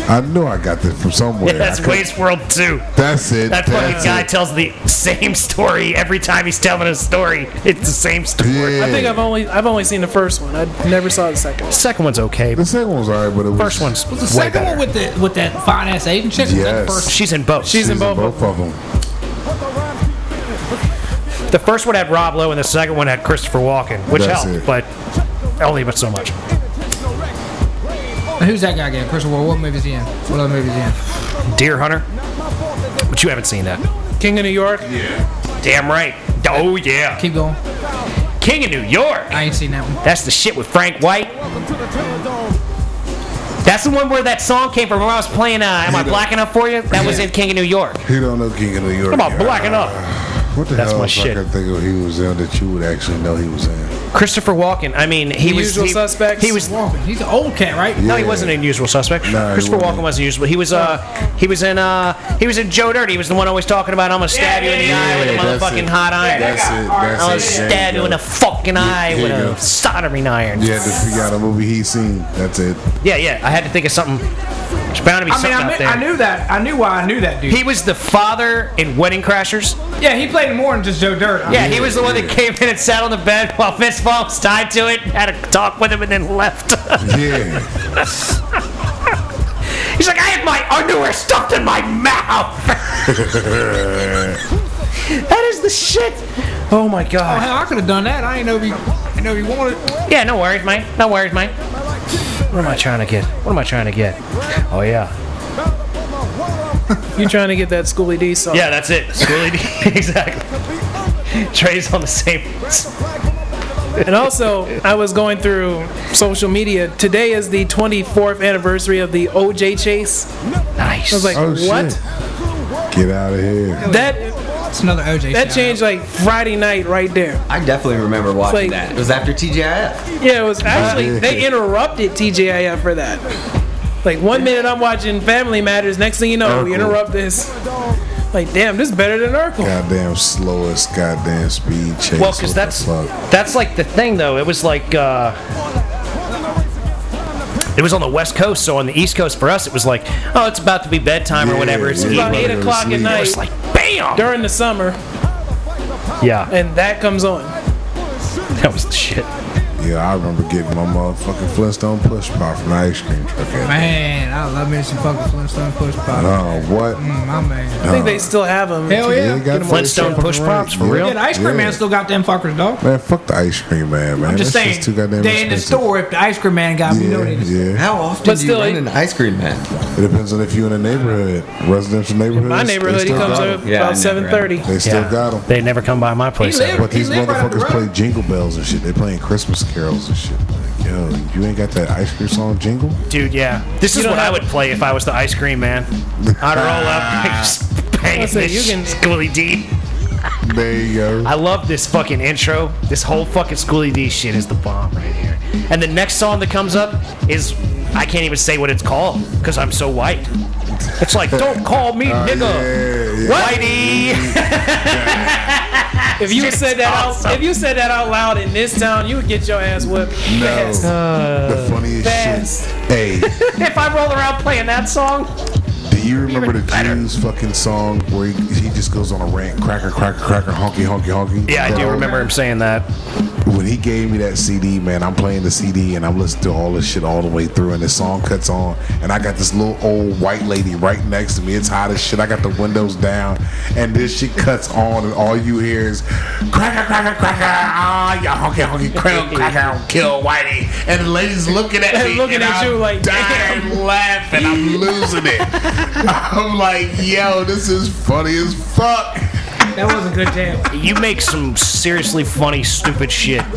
S4: I know I got this from somewhere.
S1: That's
S4: I could-
S1: Waste World 2.
S4: That's it.
S1: That
S4: that's
S1: fucking guy
S4: it.
S1: tells the same story every time he's telling a story. It's the same story.
S4: yeah.
S5: I think I've only I've only seen the first one. I never saw the second. one.
S1: Second one's okay.
S4: the second one was alright, but it was
S1: First one's
S3: The
S1: way
S3: second
S1: better.
S3: one with the with that fine ass Asian chick. was that the
S4: Yes.
S3: first
S1: She's in both.
S5: She's in both. of
S4: both of them.
S1: the first one had Rob Lowe and the second one had Christopher Walken, which
S4: That's
S1: helped,
S4: it.
S1: but only but so much.
S3: one. Who's that guy again? Christopher. What movie is he in? What other movie is he in?
S1: Deer Hunter, but you haven't seen that.
S5: King of New York.
S1: Damn right. Oh yeah.
S3: Keep going.
S1: King of New York.
S3: I ain't seen that one.
S1: That's the shit with Frank White. That's the one where that song came from. When I was playing, uh, "Am I
S4: Yeah.
S1: Black Enough for You?" That was in King of New York.
S4: He don't know King of New York.
S1: Come on,
S4: yet.
S1: Black Enough.
S4: What the
S1: That's
S4: hell
S1: my
S4: if
S1: shit.
S4: I could think of he was in that you would actually know he was in?
S1: Christopher Walken. I mean, he
S5: The
S1: was
S5: Usual
S1: he,
S5: Suspects.
S1: He was.
S3: Walking. He's an old cat, right?
S1: No, he
S4: Yeah.
S1: wasn't an usual suspect.
S4: No, he
S1: Christopher Walken
S4: wasn't.
S1: wasn't usual. He was uh, he was in uh, he was in Joe Dirty. He was the one always talking about, "I'm gonna stab you in the eye with a
S4: Yeah, that's
S1: motherfucking
S4: it.
S1: hot iron."
S4: That's it. That's
S1: I'm gonna
S4: it.
S1: stab you in
S4: go.
S1: the fucking eye
S4: there
S1: with
S4: you
S1: a
S4: go.
S1: soldering iron.
S4: Yeah, this he got a movie he seen. That's it.
S1: yeah, yeah. I had to think of something. There's bound to be
S3: I mean,
S1: something
S3: I,
S1: out
S3: mean,
S1: there.
S3: I knew that. I knew why I knew that dude.
S1: He was the father in Wedding Crashers.
S3: yeah, he played more than just Joe Dirt. I
S1: Yeah,
S3: mean,
S1: he was the one that came in and sat on the bed while Vince Vaughn was tied to it, had a talk with him, and then left.
S4: Yeah.
S1: He's like, I had my underwear stuffed in my mouth. that is the shit. Oh my
S3: Oh,
S1: god.
S3: hell, I could have done that. I ain't know if he, I didn't know if he wanted.
S1: Yeah, no worries, mate. No worries, mate. What am I trying to get? What am I trying to get? Oh yeah.
S5: You trying to get that Schooly D song?
S1: Yeah, that's it. Schooly D. exactly. Trey's on the same.
S5: And also, I was going through social media. Today is the 24th anniversary of the OJ chase.
S1: Nice.
S5: I was like,
S4: Oh
S5: what?
S4: shit. Get out of here.
S5: That
S3: It's another
S5: that
S3: OJ. shout-out.
S5: changed like Friday night right there.
S2: I definitely remember
S5: like-
S2: watching that. It was after TGIF.
S5: Yeah, it was actually they interrupted TGIF for that. Like one minute I'm watching Family Matters, next thing you know, we
S4: Urkel.
S5: interrupt this. Like, damn, this is better than Urkel.
S4: Goddamn slowest goddamn speed chase.
S1: Well,
S4: What the
S1: because that's
S4: fuck?
S1: that's like the thing though. It was like uh, it was on the West Coast, so on the East Coast for us, it was like, oh, it's about to be bedtime or
S4: Yeah,
S1: whatever. It's
S4: yeah,
S5: About
S1: evening.
S4: yeah.
S5: eight o'clock at
S4: Sleep.
S5: night
S1: It's like, bam.
S5: during the summer,
S1: yeah,
S5: and that comes on.
S1: that was the shit.
S4: Yeah, I remember getting my motherfucking Flintstone push pop from the ice cream truck. at-
S3: Man, I love me some fucking Flintstone push pop.
S4: No, Uh, what?
S3: Mm, my man.
S5: I think they still have them.
S3: Hell yeah.
S4: You got
S1: Flintstone
S4: fucking
S1: push
S4: right.
S1: pops, for
S4: Yeah.
S1: real?
S3: Yeah, the ice cream man still got them fuckers, dog.
S4: Man, fuck the ice cream man, man.
S3: I'm just
S4: That's
S3: saying,
S4: too goddamn
S3: they in the
S4: expensive.
S3: store. If the ice cream man got me, you know what it is.
S4: Yeah, yeah.
S2: How often
S5: But
S2: do
S5: still,
S2: you run
S5: it-
S2: an ice cream man?
S4: It depends on if you're in a neighborhood, residential neighborhood.
S5: My neighborhood, he comes over
S2: Yeah, I
S5: about
S2: never
S5: 7:30.
S4: They still
S1: yeah.
S4: got 'em.
S1: They never come by my place.
S3: He lived-
S1: ever.
S4: But these
S3: He live right up the
S4: motherfuckers
S3: road.
S4: play jingle bells and shit. They playing Christmas carols and shit. Like, yo, you ain't got that ice cream song jingle?
S1: Dude, yeah. This is
S5: don't
S1: what I
S5: have-
S1: would play if I was the ice cream man. I'd roll up, and just bang
S5: Listen,
S1: this
S5: you
S1: you
S5: can-
S1: can... Schooly D.
S4: There you go.
S1: I love this fucking intro. This whole fucking Schooly D shit is the bomb right here. And the next song that comes up is I can't even say what it's called because I'm so white. It's like, don't call me
S4: Uh,
S1: nigga.
S4: yeah, yeah.
S1: Whitey!
S5: If you
S1: Shit,
S5: said
S1: it's
S5: that
S1: awesome.
S5: out, if you said that out loud in this town, you would get your ass whipped. fast.
S4: No. the
S1: Uh,
S4: funniest
S5: fast.
S4: shit. Hey,
S1: if I roll around playing that song,
S4: do you remember the Jews fucking song where he, he just goes on a rant, cracker, cracker, cracker, honky, honky, honky?
S1: yeah, I do
S4: Bro,
S1: remember him saying that.
S4: When he gave me that CD, man, I'm playing the CD and I'm listening to all this shit all the way through, and the song cuts on, and I got this little old white lady right next to me. It's hot as shit. I got the windows down, and this shit cuts on, and all you hear is cracker, cracker, cracker, ah, ya honky, honky, cracker, cracker, kill Whitey, and the lady's looking at me,
S5: Looking
S4: and
S5: at
S4: I'm
S5: you like,
S4: dying laughing. I'm losing it. I'm like, yo, this is funny as fuck.
S3: That was a good jam.
S1: You make some seriously funny, stupid shit.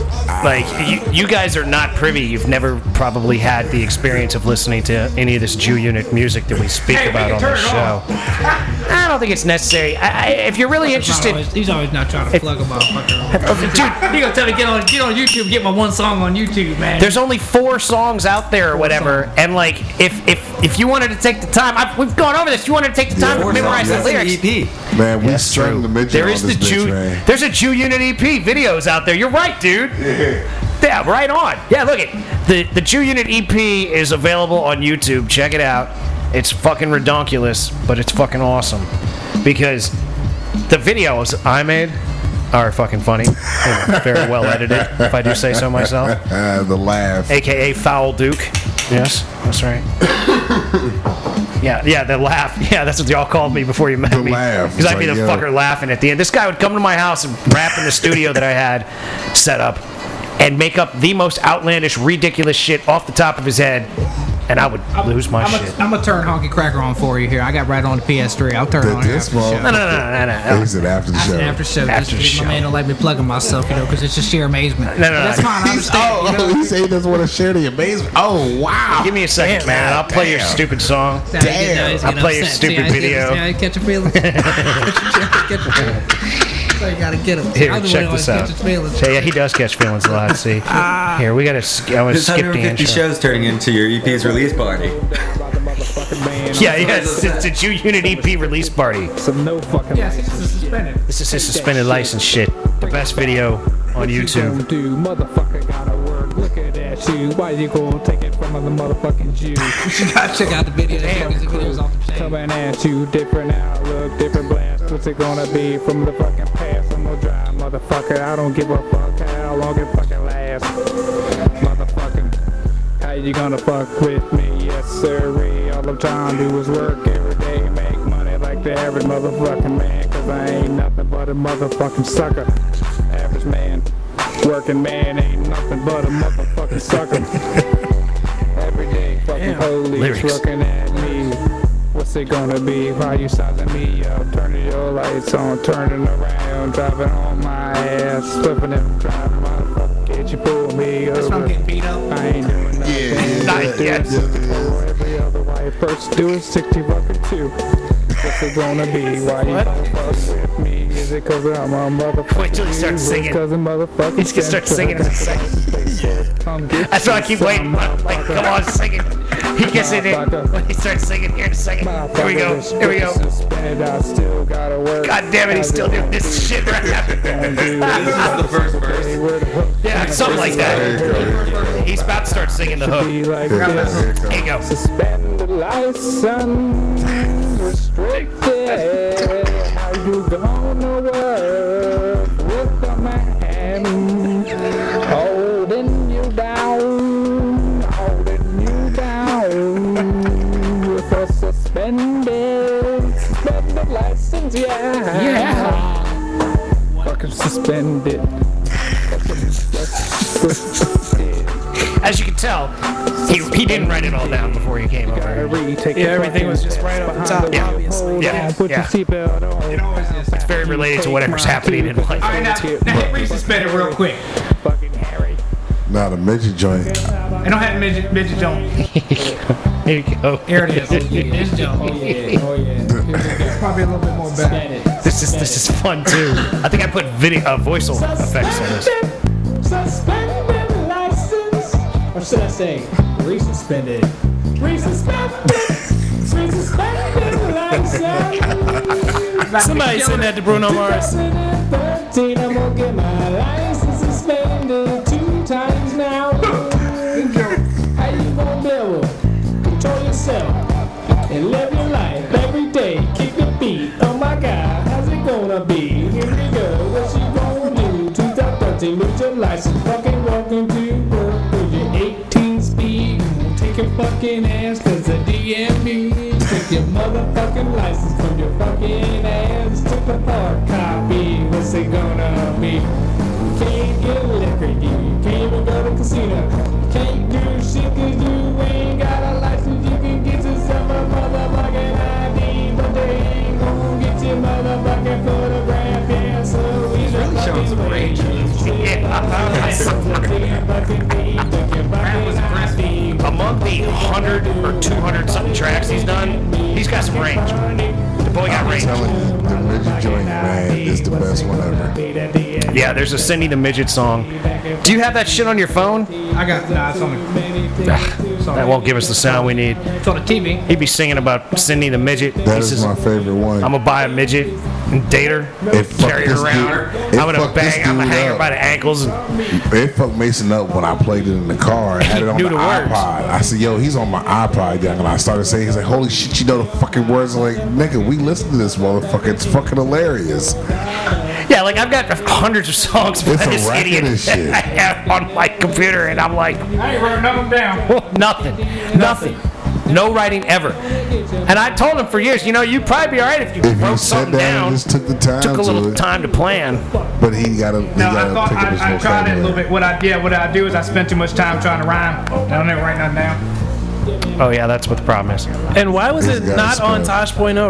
S1: Like, you, you guys are not privy. You've never probably had the experience of listening to any of this Jew unit music that we speak
S3: Hey, we
S1: about
S3: can
S1: on
S3: turn
S1: this
S3: it
S1: show.
S3: off.
S1: I don't think it's necessary. I, I, if you're really interested,
S3: Always, he's always not trying to plug a motherfucker.
S1: dude,
S3: he gonna tell me get on get on YouTube, get my one song on YouTube, man.
S1: there's only four songs out there or whatever, and like if if if you wanted to take the time, I, we've gone over this. You wanted to take the time
S4: Yeah.
S1: to memorize
S4: Yeah.
S1: the lyrics.
S2: EP.
S4: Man, we
S1: That's
S4: strung
S1: true.
S4: E the midget
S1: There
S4: on
S1: is
S4: this
S1: the Jew.
S4: bitch, man.
S1: There's a Jew Unit EP videos out there. You're right, dude. Yeah. right on. Yeah, look it. The the Jew Unit EP is available on YouTube. Check it out. It's fucking redonkulous, but it's fucking awesome because the videos I made are fucking funny. They're very well edited, if I do say so myself.
S4: Uh, the laugh.
S1: AKA Foul Duke. Yes, that's right. yeah, yeah, the laugh. Yeah, that's what y'all called me before you met
S4: The
S1: me.
S4: laugh.
S1: Because I'd be
S4: It's
S1: the
S4: like, yo.
S1: fucker laughing at the end. This guy would come to my house and rap in the studio that I had set up and make up the most outlandish, ridiculous shit off the top of his head, and I would lose my
S3: I'm
S1: shit.
S3: a, I'm gonna turn Honky Cracker on for you here. I got right on the PS3. I'll
S1: oh,
S3: turn it
S4: Did
S3: on
S4: this
S3: after the
S4: one-
S3: show.
S1: No, no, no, no, no, no.
S4: Is it after the
S3: After,
S4: show?
S3: after show,
S1: After
S3: just-
S1: show.
S3: my man don't let me plug in myself, you know, because it's just sheer amazement.
S1: No, no, no.
S3: That's fine. I
S4: He's, oh,
S3: understand.
S4: oh, he said he doesn't want to share the amazement. Oh, wow.
S1: Give me a second,
S4: Damn,
S1: man. I'll play your
S4: damn.
S1: stupid song.
S3: Now you get- now
S4: Damn.
S3: he's
S1: I'll
S3: getting
S1: play your
S3: upset. See
S1: stupid
S3: how he's getting-
S1: video.
S3: see how he catch your feelings. Catch your feelings. So you gotta get him.
S1: Here,
S3: Other way
S1: check
S3: always
S1: this out.
S3: catches feelings. Ah.
S1: So, yeah, he does catch feelings a lot. See, here we gotta. sk- I'm gonna
S2: This
S1: skip the
S2: 150
S1: intro.
S2: shows turning into your EP's release party.
S1: Yeah, yeah, it's, it's a Jew Unit EP release party.
S3: Yeah, see, this is suspended.
S1: This is his suspended license shit. The best video on YouTube.
S7: do motherfucker got a word looking at you why you gonna take it from the motherfucking jew
S3: You gotta check out the video. Damn. The video's off the chain.
S7: coming at you different outlook different blast what's it gonna be from the fucking past i'm gonna drive motherfucker i don't give a fuck how long it fucking lasts motherfucker how you gonna fuck with me yes sirree all i'm trying to do is work every day make money like the average motherfucking man cause i ain't nothing but a motherfucking sucker average man working man ain't nothing but a motherfucking sucker Every day, fucking police
S1: Lyrics.
S7: looking at me. What's it gonna be? Why you sizing me up? Turning your lights on, turning around, driving on my ass, flipping and driving my fucking kid. You pull me
S3: That's why I'm
S7: over.
S3: getting beat up.
S7: I ain't doing nothing.
S1: Not yet.
S7: For every other white person doing 60 fucking two. What's it gonna be? Why you gonna fuck with me? Is it cause I'm a motherfucker?
S1: Wait till he starts singing.
S7: Cause I'm motherfucking
S1: He's gonna start singing in a second.
S7: Come get
S1: That's why I keep
S7: some,
S1: waiting. Like, come on, sing it. He gets it in when he starts singing here in a second. Here we go. Here we go.
S7: Suspended, I still gotta work.
S1: God damn it, he's still doing this shit right
S2: This
S1: now.
S2: is the first verse.
S1: yeah, something like that. He's about to start singing the hook.
S7: Be like this.
S1: Here you go.
S7: Suspended license, restricted. How you gonna work with a man holding you down, holding you down with a suspended, suspended license? Yeah.
S8: Yeah.
S7: Fucking suspended.
S1: As you can tell, he, he didn't write it all down before he came over.
S7: Yeah,
S5: everything was just right off the top, obviously.
S1: Yeah,
S7: Put
S1: yeah.
S7: your seatbelt on.
S1: It's very related to whatever's happening in life.
S3: All right, now, now hit re-suspend it real quick.
S7: Fucking Harry.
S4: Not a midget joint.
S3: And don't have midget, midget don't.
S1: Here you go.
S3: Here it is. Oh, yeah. It's jump. Oh, yeah.
S7: Oh yeah.
S3: It's probably a little bit more better.
S1: This is this is fun too. I think I put video uh, voice effects on this.
S7: Suspended license. Or should I say, resuspended? Resuspended. Resuspended license.
S5: Somebody send that to Bruno Mars.
S7: 2013, I'm gonna get my license suspended two times now. How you gonna deal with? it? Control yourself and live your life every day. Keep your beat. Oh my God, how's it gonna be? Here we go. What you gonna do? 2013, lose your license. Fucking walking to work with your 18 speed. Take your fucking ass to the DMV. Take your motherfucking license from your fucking ass to the hard copy. What's it gonna be? Can't get liquor, you can't even go to casino. Can't do shit cause you ain't got a license. You can get yourself a motherfucking ID, but they ain't gonna get your motherfucking photograph. Yeah, so he's really
S2: showing some rage.
S7: Yeah,
S1: Yeah.
S7: That was aggressive.
S1: among the 100 or 200 something tracks he's done, he's got some range. The boy got
S4: I'm
S1: range.
S4: telling you, the midget joint, man, is the best one ever.
S1: Yeah, there's a Cindy the Midget song. Do you have that shit on your phone?
S3: I got nah, it's on the it's on,
S1: That won't give us the sound we need.
S3: it's on the TV.
S1: He'd be singing about Cindy the Midget.
S4: That
S1: he
S4: is
S1: says,
S4: my favorite one.
S1: I'm gonna buy a midget and date her,
S4: It fucked
S1: carry
S4: this
S1: her around.
S4: dude- it
S1: I'm gonna
S4: fucked this
S1: bang, I'm gonna
S4: dude
S1: hang her
S4: up.
S1: by the ankles. And,
S4: It fucked Mason up when I played it in the car. I had it on
S1: knew
S4: the,
S1: the words.
S4: iPod. I said, "Yo, he's on my iPod." Yeah, and I started saying, "He's like, holy shit, you know the fucking words." I'm like, nigga, we listen to this motherfucker. It's fucking hilarious.
S1: yeah, like I've got hundreds of songs by
S4: It's a
S1: this
S4: racket
S1: idiot
S4: and shit.
S1: I have on my computer, and I'm like,
S3: I ain't wrote nothing down.
S1: nothing, nothing. No writing ever. And I told him for years, you know, you'd probably be all right if you
S4: If you
S1: wrote
S4: sat
S1: something
S4: down,
S1: down,
S4: and just took the time
S1: took a
S4: to
S1: little
S4: it,
S1: time to plan.
S4: but he got to he
S3: No,
S4: got
S3: I
S4: to
S3: thought
S4: pick up his
S3: I, I tried it a little
S4: vocabulary.
S3: bit. What I yeah, what I do is I spend too much time trying to rhyme. I don't ever write nothing down.
S1: Oh yeah, that's what the problem is.
S5: And why was
S4: These
S5: it
S4: guys
S5: not on
S4: spell.
S5: Tosh.0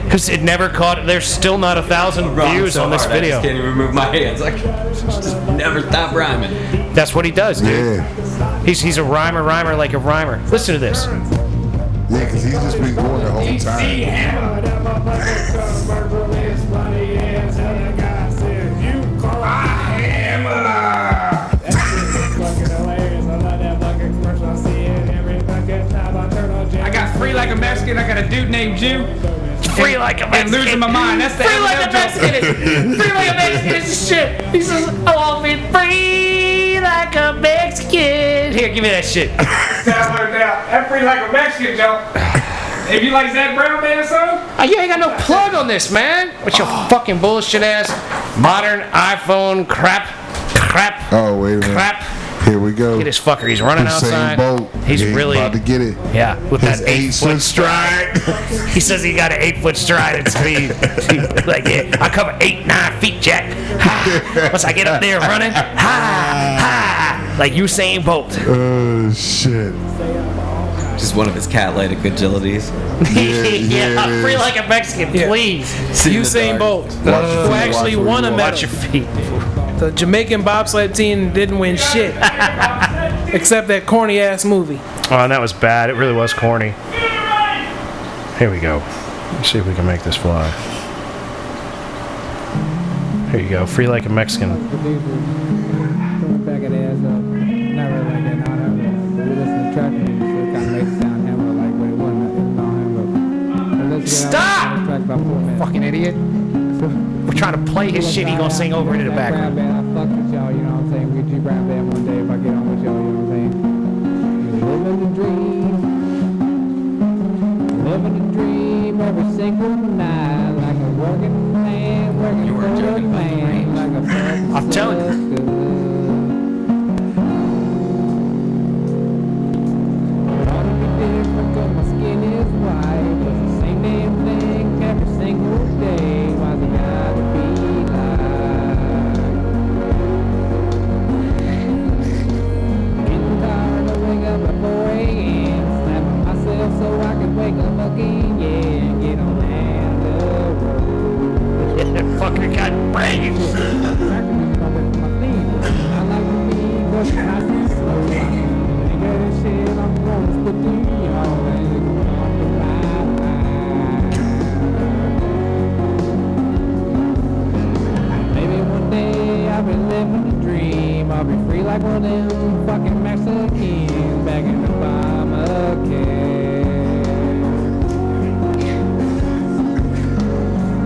S5: or
S1: Because it never caught. There's still not a thousand
S2: Rhyme
S1: views
S2: so
S1: on this
S2: hard, I
S1: video.
S2: just can't even move my hands. Like, just never stop rhyming.
S1: That's what he does, dude.
S4: Yeah,
S1: He's he's a rhymer, rhymer like a rhymer. Listen to this.
S4: yeah, because he's just been going the whole time.
S3: I got free like a Mexican. I got a dude named Jew.
S1: Free like a
S3: And
S1: Mexican.
S3: losing my mind. That's the
S1: free like a
S3: Eminem joke.
S1: Mexican. is- free like a Mexican is shit. He says, "I want to be free like a Mexican." Here, give me that shit.
S3: Sound like that. That free like a Mexican joke. If you like Zach Brown man song,
S1: Oh, you ain't got no plug on this, man. What's your
S4: Oh.
S1: fucking bullshit ass modern iPhone crap, crap,
S4: Oh wait a minute.
S1: crap?
S4: Here we go.
S1: Get this fucker. He's running
S4: Usain
S1: outside.
S4: Bolt.
S1: He's
S4: Yeah,
S1: really
S4: about to get it.
S1: yeah with
S4: His
S1: that
S4: eight foot
S1: eight-foot
S4: stride.
S1: He says he got an eight foot stride and speed. like, yeah, I cover eight, nine feet, Jack. Ha. Once I get up there running, ha, ha. Like Usain Bolt.
S4: Oh shit.
S2: Just one of his cat-like agilities.
S1: yeah,
S4: yeah.
S1: free like a Mexican, please.
S2: See the
S5: Usain
S2: dog.
S5: Bolt,
S4: Watch your
S5: who
S4: feet,
S5: actually
S4: watch where
S5: won
S4: you
S5: a
S4: walk.
S1: Watch your
S5: medal?
S1: feet.
S5: The Jamaican bobsled team didn't win shit, except that corny ass movie.
S1: Oh, and that was bad. It really was corny. Here we go. Let's see if we can make this fly. Here you go. Free like a Mexican.
S7: Back of the ass up. Not really like that, not really. But we listen to trap music, so it kinda makes it sound hammer like what it was, not- it's not hammer. And let's get out of the track by four minutes.
S1: Fucking idiot. We're trying to play his shit. He gonna sing over it in the
S7: Zach
S1: background.
S7: Brown band, I fuck with y'all, you know what I'm saying? We get G Brown band one day if I get on with y'all, you know what I'm saying? Living the dream. Living the dream every single night. Like a working man, working
S2: You were
S7: for the
S2: joking about the
S7: man. Like a fucking
S1: I'm telling you.
S7: sucker. Wanna be different 'cause my skin is white. But the same damn thing every single day. Why's it gotta be like? Getting tired of waking up at 4 a.m. Slapping myself so I can wake up again. Yeah, get on down the road.
S1: fucker got brains.
S7: Maybe one day I'll be living a dream. I'll be free like one of them fucking Mexicans back in the bomb again.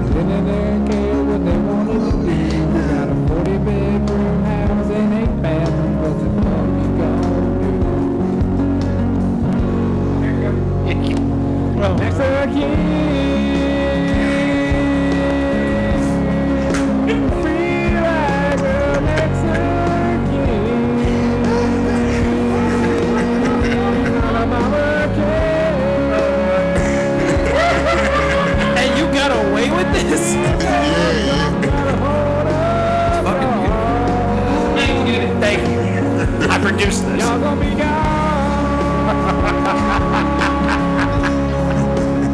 S7: Sitting there and care what they wanted to do. Got a 40 bedroom house and eight bathrooms. What the fuck you gonna do? Mexican. Free like a Mexican.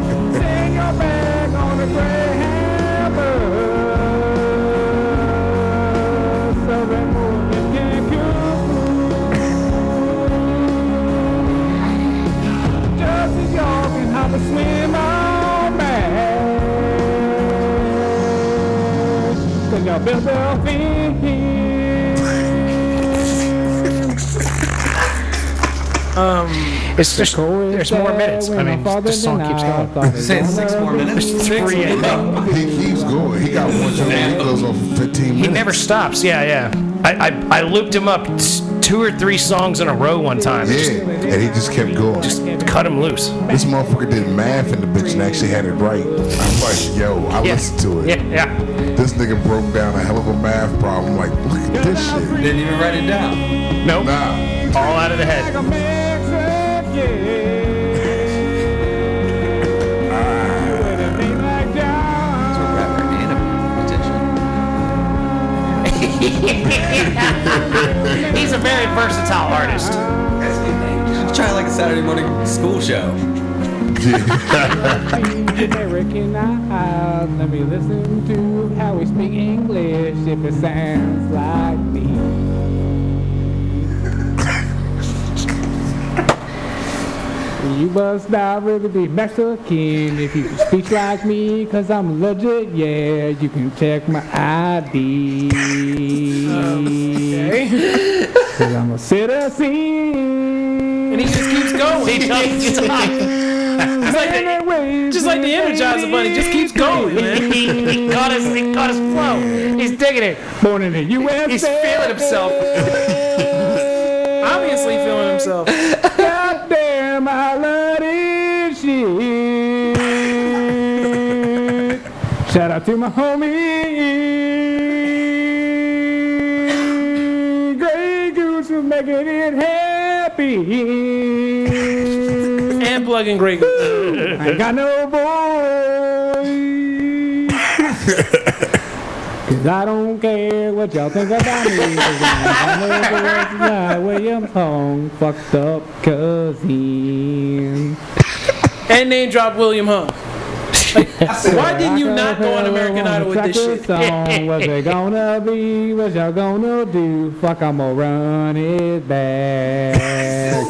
S7: a bell bell fiend.
S1: It's just, there's more minutes. I mean, this song keeps going.
S2: Say it's six more minutes.
S1: Three in.
S4: He keeps going. He got one joke. He goes on for 15 minutes.
S1: He never stops. Yeah, yeah. I, I, I looped him up t- two or three songs in a row one time.
S4: Yeah, and he just kept going.
S1: Just cut him loose.
S4: this motherfucker did math in the bitch and actually had it right. I'm like, yo, I
S1: Yeah.
S4: listened to it.
S1: Yeah, yeah.
S4: This nigga broke down a hell of a math problem. Like, look at this shit.
S2: Didn't even write it down.
S1: Nope.
S4: Nah.
S1: All out of the head.
S2: It's a rapper and a musician.
S1: He's a very versatile artist.
S2: That's a good name. Try like a Saturday morning school show.
S7: American eyes. Let me listen to how we speak English if it sounds like me. You must not really be Mexican if you can speak like me, cause I'm legit, yeah. You can check my ID. Cause I'm a citizen.
S5: And he just keeps
S1: He
S5: going.
S1: doesn't stop.
S5: Just like the, just like the Energizer Bunny, just keeps going, man.
S1: he caught his, he caught his flow. He's digging it.
S7: Born in the USA.
S1: He's feeling himself.
S5: Obviously feeling himself.
S7: God damn, I love this shit. Shout out to my homie. Grey Goose for making it happy.
S5: And plugging Greg.
S7: I ain't got no boy. Cause I don't care what y'all think about me. 'cause I know the rest of my William Hong fucked up cousin.
S5: And name drop William Hung. Why didn't you not go on American Idol with this shit?
S7: Song, what's it gonna be? What y'all gonna do? Fuck, I'm gonna run it back.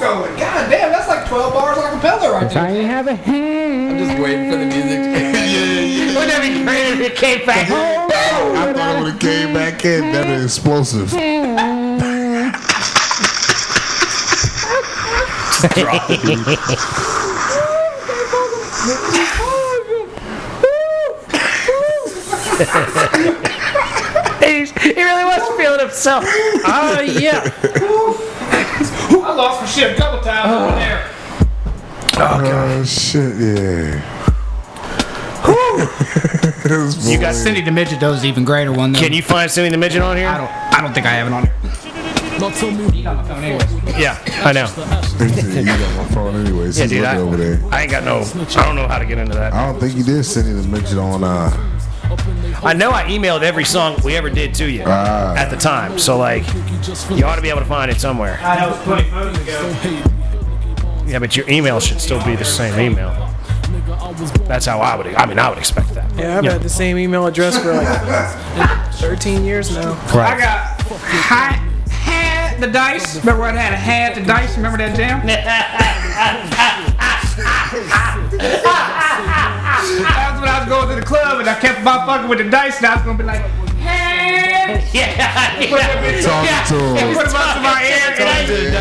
S6: going. God damn, that's like 12 bars of acapella right
S7: I
S6: there.
S7: ain't have a hand.
S2: I'm just waiting for the music.
S4: Yeah, yeah.
S1: Wouldn't that be great if it came back?
S4: I thought it would have came back in. That is explosive.
S1: He's, he really was feeling himself. Ah,
S5: Uh, yeah.
S3: I lost my shit a couple times over there.
S4: Oh, shit, yeah. It was
S1: You got Cindy the Midget.
S6: That was an even greater one, though.
S1: Can you find Cindy the Midget on
S6: I
S1: here?
S6: don't, I don't think I have it on here. You got my phone anyways.
S1: Yeah, I know.
S4: you got my phone anyway.
S1: Yeah,
S4: She's
S1: dude, I,
S4: looking over there.
S1: I ain't got no. I don't know how to get into that.
S4: I don't think you did send it to mention on uh
S1: I know I emailed every song we ever did to you
S4: Ah.
S1: at the time, so like, you ought to be able to find it somewhere.
S3: I know it was 20 phones ago.
S1: Yeah, but your email should still be the same email. That's how I would. I mean, I would expect that.
S5: Yeah, I've had the same email address for like 13 years now.
S3: I got hot had the dice. Remember when I had a had the dice? Remember that jam? That's when I was going to the club and I kept my fucking with the dice and I was gonna be like, had.
S1: Yeah,
S4: talking to
S3: Put
S4: him.
S3: them up to my ear and I just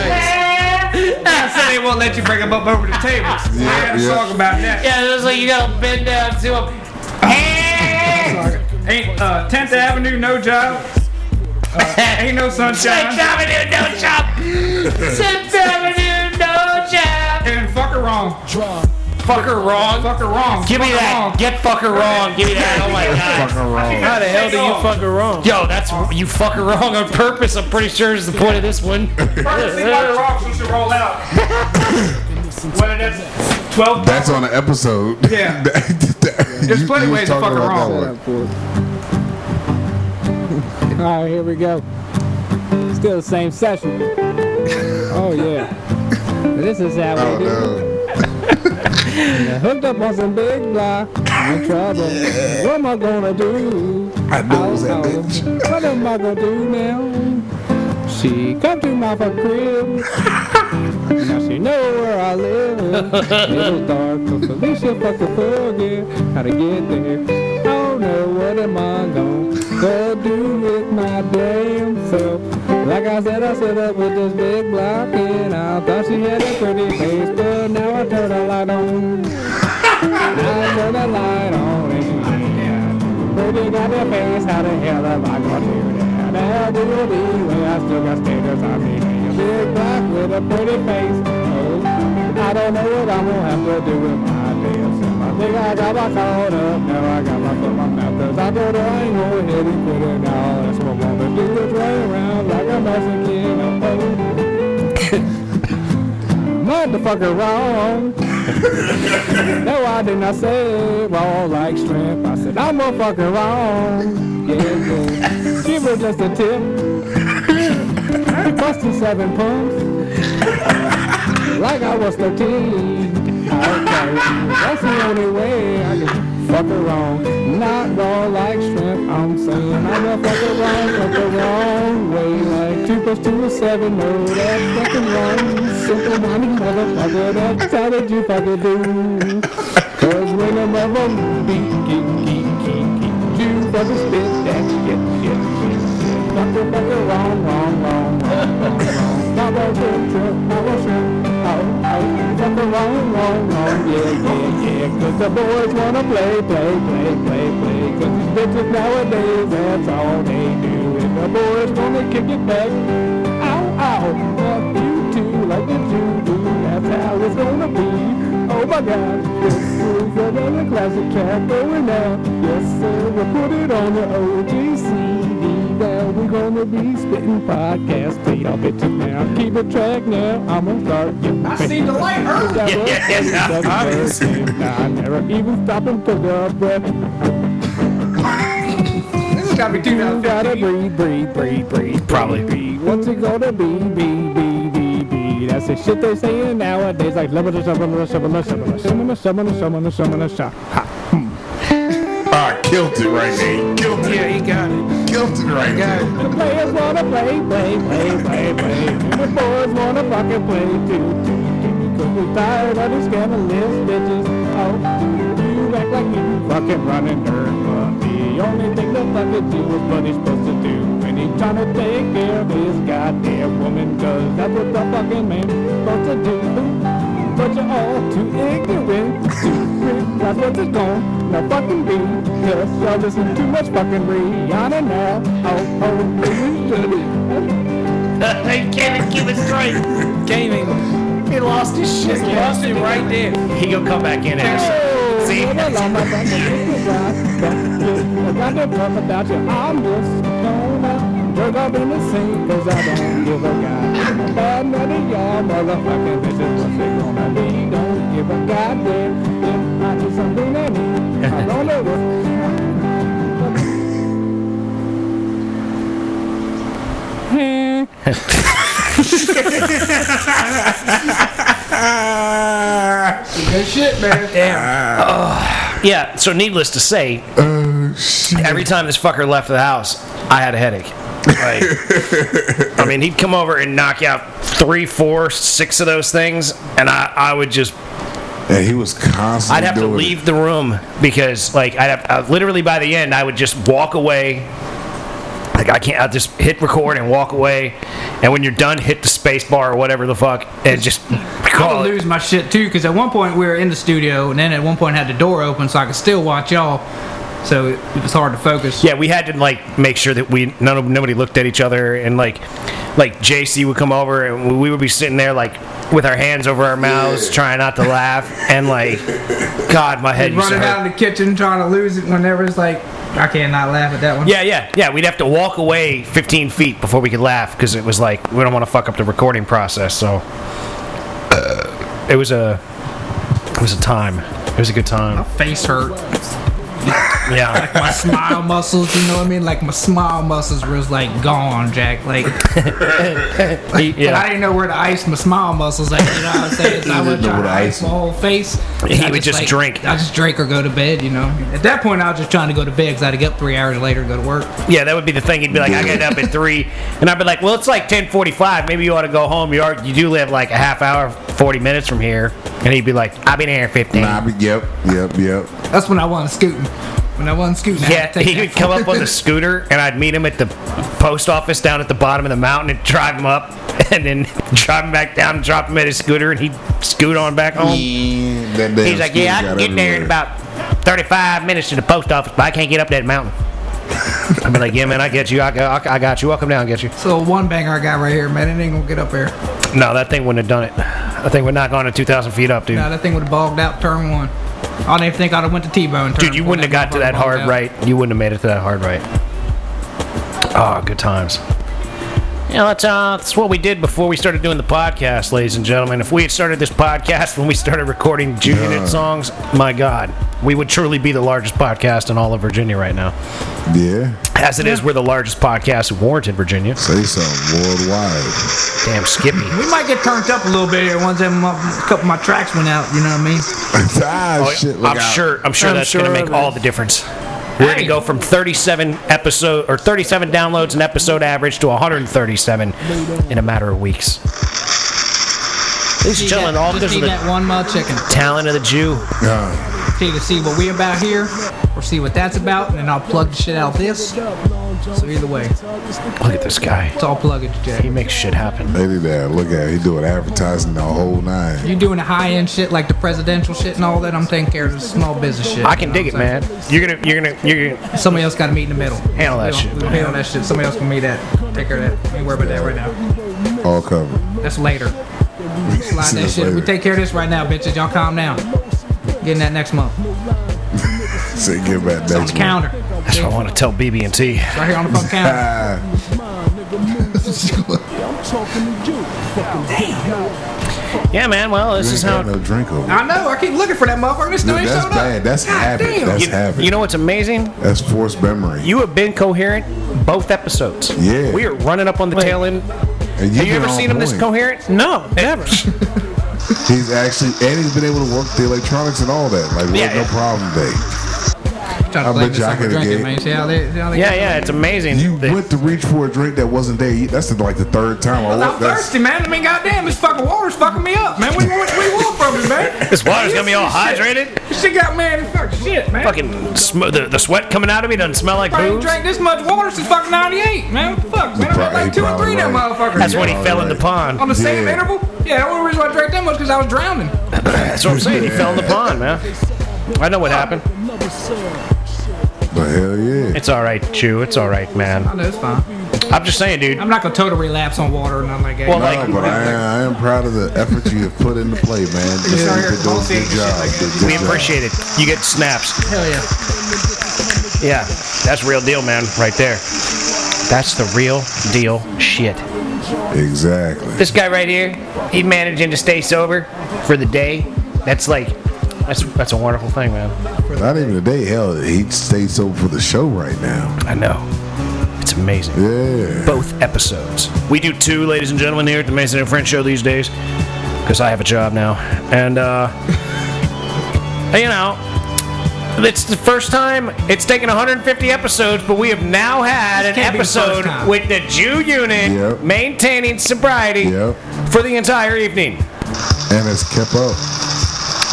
S3: I said they won't let you bring them up over the table. I had a
S4: yeah.
S3: song about that.
S1: yeah. It was like you gotta bend down to him.
S3: Ain't uh, 10th Avenue, no job. Uh, ain't no
S1: Sixth
S3: sunshine.
S1: Avenue, no job. Sixth Avenue, no job.
S3: And fuck her wrong.
S1: Fucker wrong.
S3: Fuck her wrong.
S1: Give me
S3: Fuck her
S1: that.
S3: wrong.
S1: Get fucker wrong. Give me that. Oh my god.
S4: Fucking wrong.
S5: How the hell do you fucking wrong?
S1: Yo, that's you fucker wrong on purpose. I'm pretty sure is the point of this one.
S3: Purposely let her off so she roll out. Whether that's 12
S4: That's on the episode.
S3: Yeah.
S4: There's
S3: There's plenty ways to fuck around.
S7: Alright, here we go. Still the same session. Oh, yeah. This is how
S4: Oh
S7: we do.
S4: no.
S7: Hooked up on some big block. I'm in trouble. What am I gonna do?
S4: I knew it was that
S7: don't know.
S4: bitch.
S7: What am I gonna do now? She come to my fuck crib. now she know where I live. Little dark, so Felicia fucking forget how to get there. Oh no, what am I gonna go do? I said, I sit up with this big block and I thought she had a pretty face, but now I turn the light on. I turn the light on and Pretty got a face, how the hell am I gonna do that? How the hell do you be when I still got status on me? A big block with a pretty face. Oh, I don't know what I'm gonna have to do with my damn self. I think I got my caught up, now I got my foot in my mouth. Cause I told her I ain't gonna hit it, quit it now. That's what I'm gonna do is play around like a Mexican. Oh, motherfucker wrong. No, I did not say wrong like shrimp. I said I'm a fucking wrong. Yeah, yeah. She was just a tip. Busted seven pumps. Like I was 13. Okay, that's the only way I can fuck her wrong. Not wrong like shrimp. I'm saying I'm a fucking wrong, fuck her wrong way. Like two plus two is seven. No, that's fucking wrong. Simple minded motherfucker. That's how did you fucking do? Cause when I'm up on beat, geek, geek, geek, geek, you fucking spit that shit, shit, shit, shit. Fucking, fucking wrong, wrong, wrong, wrong, wrong, wrong. Double trip, trip, double trip. Oh, oh, fucking wrong, wrong, wrong, yeah, yeah, yeah. Cause the boys wanna play, play, play, play, play. Cause these bitches nowadays, that's all they do. And the boys wanna kick it back. Ow, ow, fuck you too, like a Jew do. That's how it's gonna be. Oh my God, this is another classic track going out. Yes, sir, we'll put it on the OGCD. Now we're gonna be spitting podcast feed up it to now. Keep a track now, I'ma start getting
S3: I seen the light early.
S7: that was
S1: yeah, yeah,
S7: doesn't
S1: obvious.
S7: work. Nah, I never even stop and pick up breath.
S3: This has got to be
S7: You gotta
S3: 2015.
S7: breathe, breathe, breathe, breathe.
S1: Probably.
S7: breathe. What's it gonna be, be, be, be, be? That's the shit they're saying nowadays. Like, level the shovel, the shovel, the shovel, the shovel, the shovel, the shovel, the shovel, the shovel.
S4: Ah, killed it right there. Killed it.
S5: Yeah, he got it.
S4: Killed it right there.
S7: The players wanna play, play, play, play, play. And the boys wanna fucking play too, too, too. Cause we're tired of these scandalous bitches. Oh, you act like you fucking running dirt, but the only thing the fucking do is what he's supposed to do. And he's trying to take care of his goddamn woman, cause that's what the fucking man's supposed to do. But you're all too ignorant to realize what it's gone. Now fucking be. Yes, y'all listen too much fucking Rihanna now. Oh, oh,
S1: I can't keep it straight.
S5: Gaming.
S1: He lost his shit.
S5: He lost it right there.
S1: He gonna come back in and See?
S7: I got to puff about you. I'm just gonna jerk up in the sink 'cause I don't give a goddamn about none of y'all motherfucking bitches. What they gonna be? Don't give a goddamn. If I do something that needs, I'm gonna work.
S3: Good shit, man.
S1: Yeah, so needless to say,
S4: Oh, shit.
S1: every time this fucker left the house, I had a headache. Like, I mean, he'd come over and knock out three, four, six of those things, and I, I would just,
S4: And he was constantly
S1: I'd have to
S4: doing it.
S1: leave the room because, like, I'd have, I, literally by the end, I would just walk away. Like, I can't, I'll just hit record and walk away. And when you're done, hit the space bar or whatever the fuck, and just
S6: I
S1: call
S6: would
S1: it.
S6: lose my shit too because at one point we were in the studio and then at one point I had the door open so I could still watch y'all. So it, it was hard to focus.
S1: Yeah, we had to like make sure that we none of nobody looked at each other and like like JC would come over and we would be sitting there like with our hands over our mouths trying not to laugh and like God my head used to
S6: Running out
S1: hurt.
S6: in the kitchen trying to lose it whenever it's like I cannot laugh at that one.
S1: Yeah, yeah, yeah. We'd have to walk away 15 feet before we could laugh because it was like we don't want to fuck up the recording process. So uh, it was a it was a time. It was a good time.
S6: Face hurt.
S1: Yeah.
S6: My smile muscles, you know what I mean? Like my smile muscles was like gone, Jack. Like
S1: yeah.
S6: I didn't know where to ice my smile muscles at. You know what I'm saying? So I
S4: didn't
S6: would
S4: know
S6: try
S4: where
S6: to
S4: to
S6: ice
S4: ice
S6: my
S4: them.
S6: whole face.
S1: He
S6: I
S1: would just drink.
S6: I just drink or go to bed. You know. At that point, I was just trying to go to bed because I had to get up three hours later and go to work.
S1: Yeah, that would be the thing. He'd be like, I got up at three, and I'd be like, Well, it's like ten forty-five. Maybe you ought to go home. You are, you do live like a half hour, forty minutes from here. And he'd be like, I've been here fifteen.
S4: Nah, but yep, yep, yep.
S6: That's when I wanted scooting. when I wasn't scooting. I had
S1: Yeah,
S6: to take
S1: he
S6: that
S1: would come up on the scooter, and I'd meet him at the post office down at the bottom of the mountain and drive him up, and then drive him back down and drop him at his scooter, and he'd scoot on back home.
S4: Yeah, that damn
S1: Um, He's like,
S4: scooter
S1: Yeah, I
S4: got
S1: can get there in
S4: everywhere.
S1: about 35 minutes to the post office, but I can't get up that mountain. I'd be like, Yeah, man, I get you. I got, I got you. I'll come down and get you.
S6: So one banger I got right here, man. It ain't gonna get up there.
S1: No, that thing wouldn't have done it. I think we're not going to 2,000 feet up, dude.
S6: No, that thing would have bogged out turn one. I don't even think I'd have went to T-bone. Turn
S1: Dude, you
S6: before
S1: wouldn't have got to that
S6: motherfucker
S1: hard
S6: bogged out.
S1: right. You wouldn't have made it to that hard right. Ah, good times. Yeah, that's, uh, that's what we did before we started doing the podcast, ladies and gentlemen. If we had started this podcast when we started recording Jew Unit songs, my God, we would truly be the largest podcast in all of Virginia right now.
S4: Yeah,
S1: As it is, we're the largest podcast in Warrenton, Virginia.
S4: say something worldwide.
S1: Damn, Skippy.
S6: We might get turned up a little bit here once them, a couple of my tracks went out. You know what I mean?
S4: ah, shit, look
S1: Oh, I'm
S4: out.
S1: sure. I'm sure
S5: I'm
S1: that's
S5: sure
S1: going to
S5: of
S1: make
S5: it.
S1: all the difference. We're going to
S6: Hey.
S1: go from 37 episode or 37 downloads an episode average to 137 in a matter of weeks. Ladies and gentlemen, all
S6: Just
S1: because of
S6: need
S1: the
S6: that one mug chicken.
S1: talent of the Jew.
S4: Yeah.
S6: to either see what we about here or see what that's about, and then I'll plug the shit out of this. So either way,
S1: Look at this guy.
S6: it's all pluggage,
S1: He
S6: Jay.
S1: makes shit happen.
S4: Lady there, look at it. He doing advertising the whole nine.
S6: You doing the high end shit like the presidential shit and all that? I'm taking care of the small business shit.
S1: I
S6: you
S1: can
S6: know
S1: dig it,
S6: what I'm saying?
S1: man. You're gonna, you're gonna, you're gonna.
S6: Somebody else got to meet in the middle.
S1: Handle that
S6: We don't-
S1: shit,
S6: we don't Handle that shit. Somebody else can meet that. Take care of that. Ain't worry about that right now.
S4: All covered.
S6: That's later. Slide
S4: See
S6: that
S4: us
S6: shit. We
S4: later.
S6: take care of this right now, bitches. Y'all calm down. Getting that next month.
S4: Say get back
S6: On the
S4: next one.
S6: counter.
S1: That's what I want to tell BB&T.
S6: Right here on the fucking counter.
S4: Ah,
S1: Yeah, man. Well, this
S4: you
S1: is
S4: ain't got
S1: how.
S4: no drink over.
S6: I know. I keep looking for that motherfucker. This still
S4: No,
S6: ain't
S4: that's
S6: showed
S4: bad.
S6: up.
S4: That's
S6: God
S4: habit.
S6: damn.
S4: That's
S1: You,
S4: habit.
S1: you know what's amazing?
S4: That's forced memory.
S1: You have been coherent both episodes.
S4: Yeah.
S1: We are running up on the tail end.
S4: And
S1: Have
S4: been
S1: you ever
S4: on
S1: seen him this
S4: point.
S1: coherent?
S5: No, never.
S4: He's actually, and he's been able to work the electronics and all that. Like,
S1: Yeah,
S4: no
S1: yeah.
S4: problem, day.
S6: Trying
S4: I
S6: to blame
S4: bet
S6: this
S4: y'all
S6: on
S4: could've
S6: drinking,
S4: gave-
S6: man. See how they, see how they
S1: Yeah, yeah, it's amazing.
S4: You
S1: that-
S4: went to reach for a drink that wasn't there. You- That's the, like the third time. I
S6: I'm
S4: worked. That's,
S6: thirsty, man. I mean, goddamn, this fucking water's fucking me up, man. What do you want, what do you want from me, man?
S1: this water's gonna be all
S6: Shit.
S1: hydrated.
S6: This shit got man fucking shit, man.
S1: Fucking sm- the, the sweat coming out of me doesn't smell like
S6: I ain't
S1: booze.
S6: drank this much water since fucking 98, man. What the fuck, man? I
S4: probably-
S6: had like
S4: he
S6: two or three
S4: probably
S6: now,
S4: right.
S6: motherfuckers.
S1: That's when he
S4: Yeah,
S1: fell in the
S4: alright.
S1: pond.
S6: On the same
S4: Yeah.
S6: interval? Yeah, the only reason why I drank that much because I was drowning.
S1: That's what I'm saying. He fell in the pond, man. I know what happened.
S4: but hell yeah.
S1: It's all right, Chew. It's all right, man.
S6: I know, it's fine.
S1: I'm just saying, dude.
S6: I'm not going to total relapse on water or nothing like that.
S1: Well,
S4: No,
S1: like-
S4: but I am, I am proud of the effort you have put into play, man. Just
S6: Yeah.
S4: keep it doing a good job. dude. Good
S1: We
S4: job.
S1: appreciate it. You get snaps.
S6: Hell yeah.
S1: Yeah, that's real deal, man. Right there. That's the real deal shit.
S4: Exactly.
S1: This guy right here, he's managing to stay sober for the day. That's like, that's that's a wonderful thing, man.
S4: Not even today. Hell, he stays sober for the show right now.
S1: I know. It's amazing.
S4: Yeah.
S1: both episodes. We do two, ladies and gentlemen, here at the Mason and French Show these days, because I have a job now, and uh, you know, it's the first time. It's taken 150 episodes, but we have now had
S6: This
S1: an
S6: can't be the first
S1: episode
S6: time.
S1: with the Jew unit
S4: Yep.
S1: maintaining sobriety
S4: Yep.
S1: for the entire evening.
S4: And it's kept up.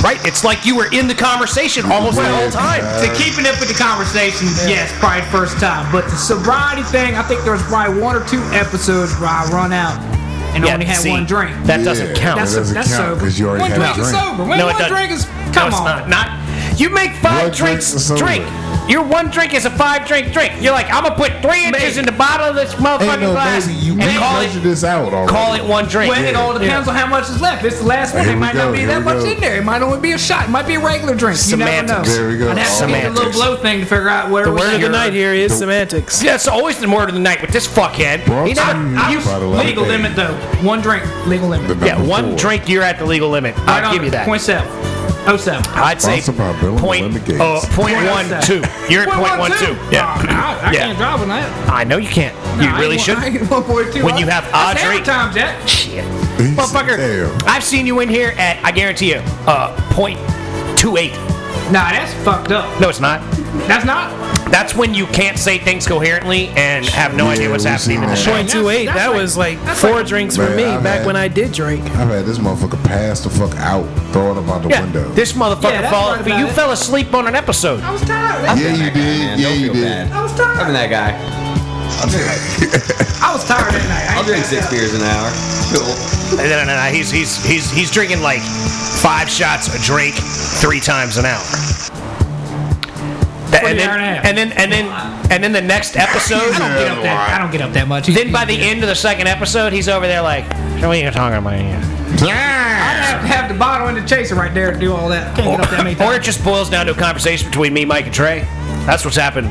S1: Right? It's like you were in the conversation almost the whole
S4: Yeah,
S1: time.
S4: man.
S6: To keeping up with the conversation, yes, probably first time. But the sobriety thing, I think there was probably one or two episodes where I run out and
S1: Yeah,
S6: only had
S1: see,
S6: one drink.
S1: That
S4: Yeah,
S1: doesn't count.
S4: That doesn't
S6: that's
S4: count
S6: sober.
S4: because you already
S6: one
S4: had
S6: drink
S4: a
S6: is
S4: drink.
S6: sober. When
S1: No, it
S6: one
S1: doesn't.
S6: drink is
S1: No,
S6: come
S1: it's
S6: on.
S1: not. Not you make five
S4: One
S1: drinks.
S4: drink's the soda.
S1: Drink. Your one drink is a five drink drink. You're like, I'm gonna put three inches in the bottom of this motherfucking
S4: Ain't no
S1: glass
S4: baby. You
S1: and call
S4: measure
S1: it,
S4: this out already.
S1: call it one drink.
S6: Well, it all depends on how much is left. It's the last one.
S4: Here
S6: It
S4: we
S6: might
S4: go,
S6: not be
S4: here
S6: that
S4: we
S6: much
S4: go.
S6: in there. It might only be a shot. It might be a regular drink. You never know.
S1: Semantics.
S4: There we go.
S6: I'd have to get the
S1: Semantics.
S6: little blow thing to figure out where
S5: The
S6: it was
S5: word of the
S6: here.
S5: night here is semantics.
S1: That's always the word of the night with this fuckhead.
S4: Brought
S1: He's
S4: to
S1: not-
S4: you
S1: I'm-
S4: by the Lady
S6: Legal
S4: Baby.
S6: limit though. One drink. Legal
S4: The
S6: limit.
S1: yeah,
S4: number
S1: one
S4: four.
S1: drink, you're at the legal limit.
S6: Right
S1: I'll
S6: on
S1: give you
S6: it.
S1: that.
S6: Point seven. Oh seven.
S1: I'd say
S4: Sponsored by Bill and
S1: point,
S4: Melinda Gates.
S1: uh, point one two. You're at point one two.
S6: Yeah.
S1: Yeah,
S6: Oh, I, I
S1: Yeah.
S6: can't drive on that.
S1: I know you can't.
S6: No,
S1: You
S6: I
S1: really
S6: ain't-
S1: should.
S6: I ain't 1.2.
S1: When you have odd
S6: That's
S1: drink-
S6: times that.
S1: Shit.
S4: He said,
S1: Motherfucker,
S4: "Damn."
S1: I've seen you in here at, I guarantee you, uh, 0.28.
S6: Nah, that's fucked up.
S1: No, it's not.
S6: That's not.
S1: That's when you can't say things coherently and have no
S4: Yeah,
S1: idea what's
S4: we've
S1: happening
S4: seen
S1: in the
S4: that.
S1: show.
S5: Point two eight.
S6: That's-
S5: That
S6: that's
S5: was like
S6: that's
S5: four
S6: like-
S5: drinks for
S4: Man,
S5: me
S4: I've
S5: back
S4: had-
S5: when I did drink.
S4: I've had this motherfucker pass the fuck out, throw it up out the
S1: Yeah,
S4: window.
S1: this motherfucker
S6: Yeah, that's
S1: fall.
S6: right about
S1: you
S6: it.
S1: fell asleep on an episode.
S6: I was tired. That's-
S4: yeah, you
S2: That
S4: did.
S2: guy, man.
S4: yeah,
S2: Don't
S4: you
S2: feel
S4: did.
S2: bad.
S6: I was tired.
S2: I've been that guy.
S6: I was tired that night. I
S2: I'll
S6: ain't
S2: drink
S6: gonna
S2: six
S6: lie.
S2: beers an hour. Cool.
S1: No, no, no, no. He's he's he's he's drinking like five shots a drink three times an hour. Th-
S6: For
S1: and,
S6: the
S1: then,
S6: hour and a half.
S1: and then and then and then the next episode.
S6: I don't get up that- I don't get up that much.
S1: Then by the end of the second episode, he's over there like, "So "What are you talking about here?"
S6: I have to have the bottle and the chaser right there to do all that. Can't get up that many
S1: Or it
S6: times.
S1: just boils down to a conversation between me, Mike, and Trey. That's what's happened.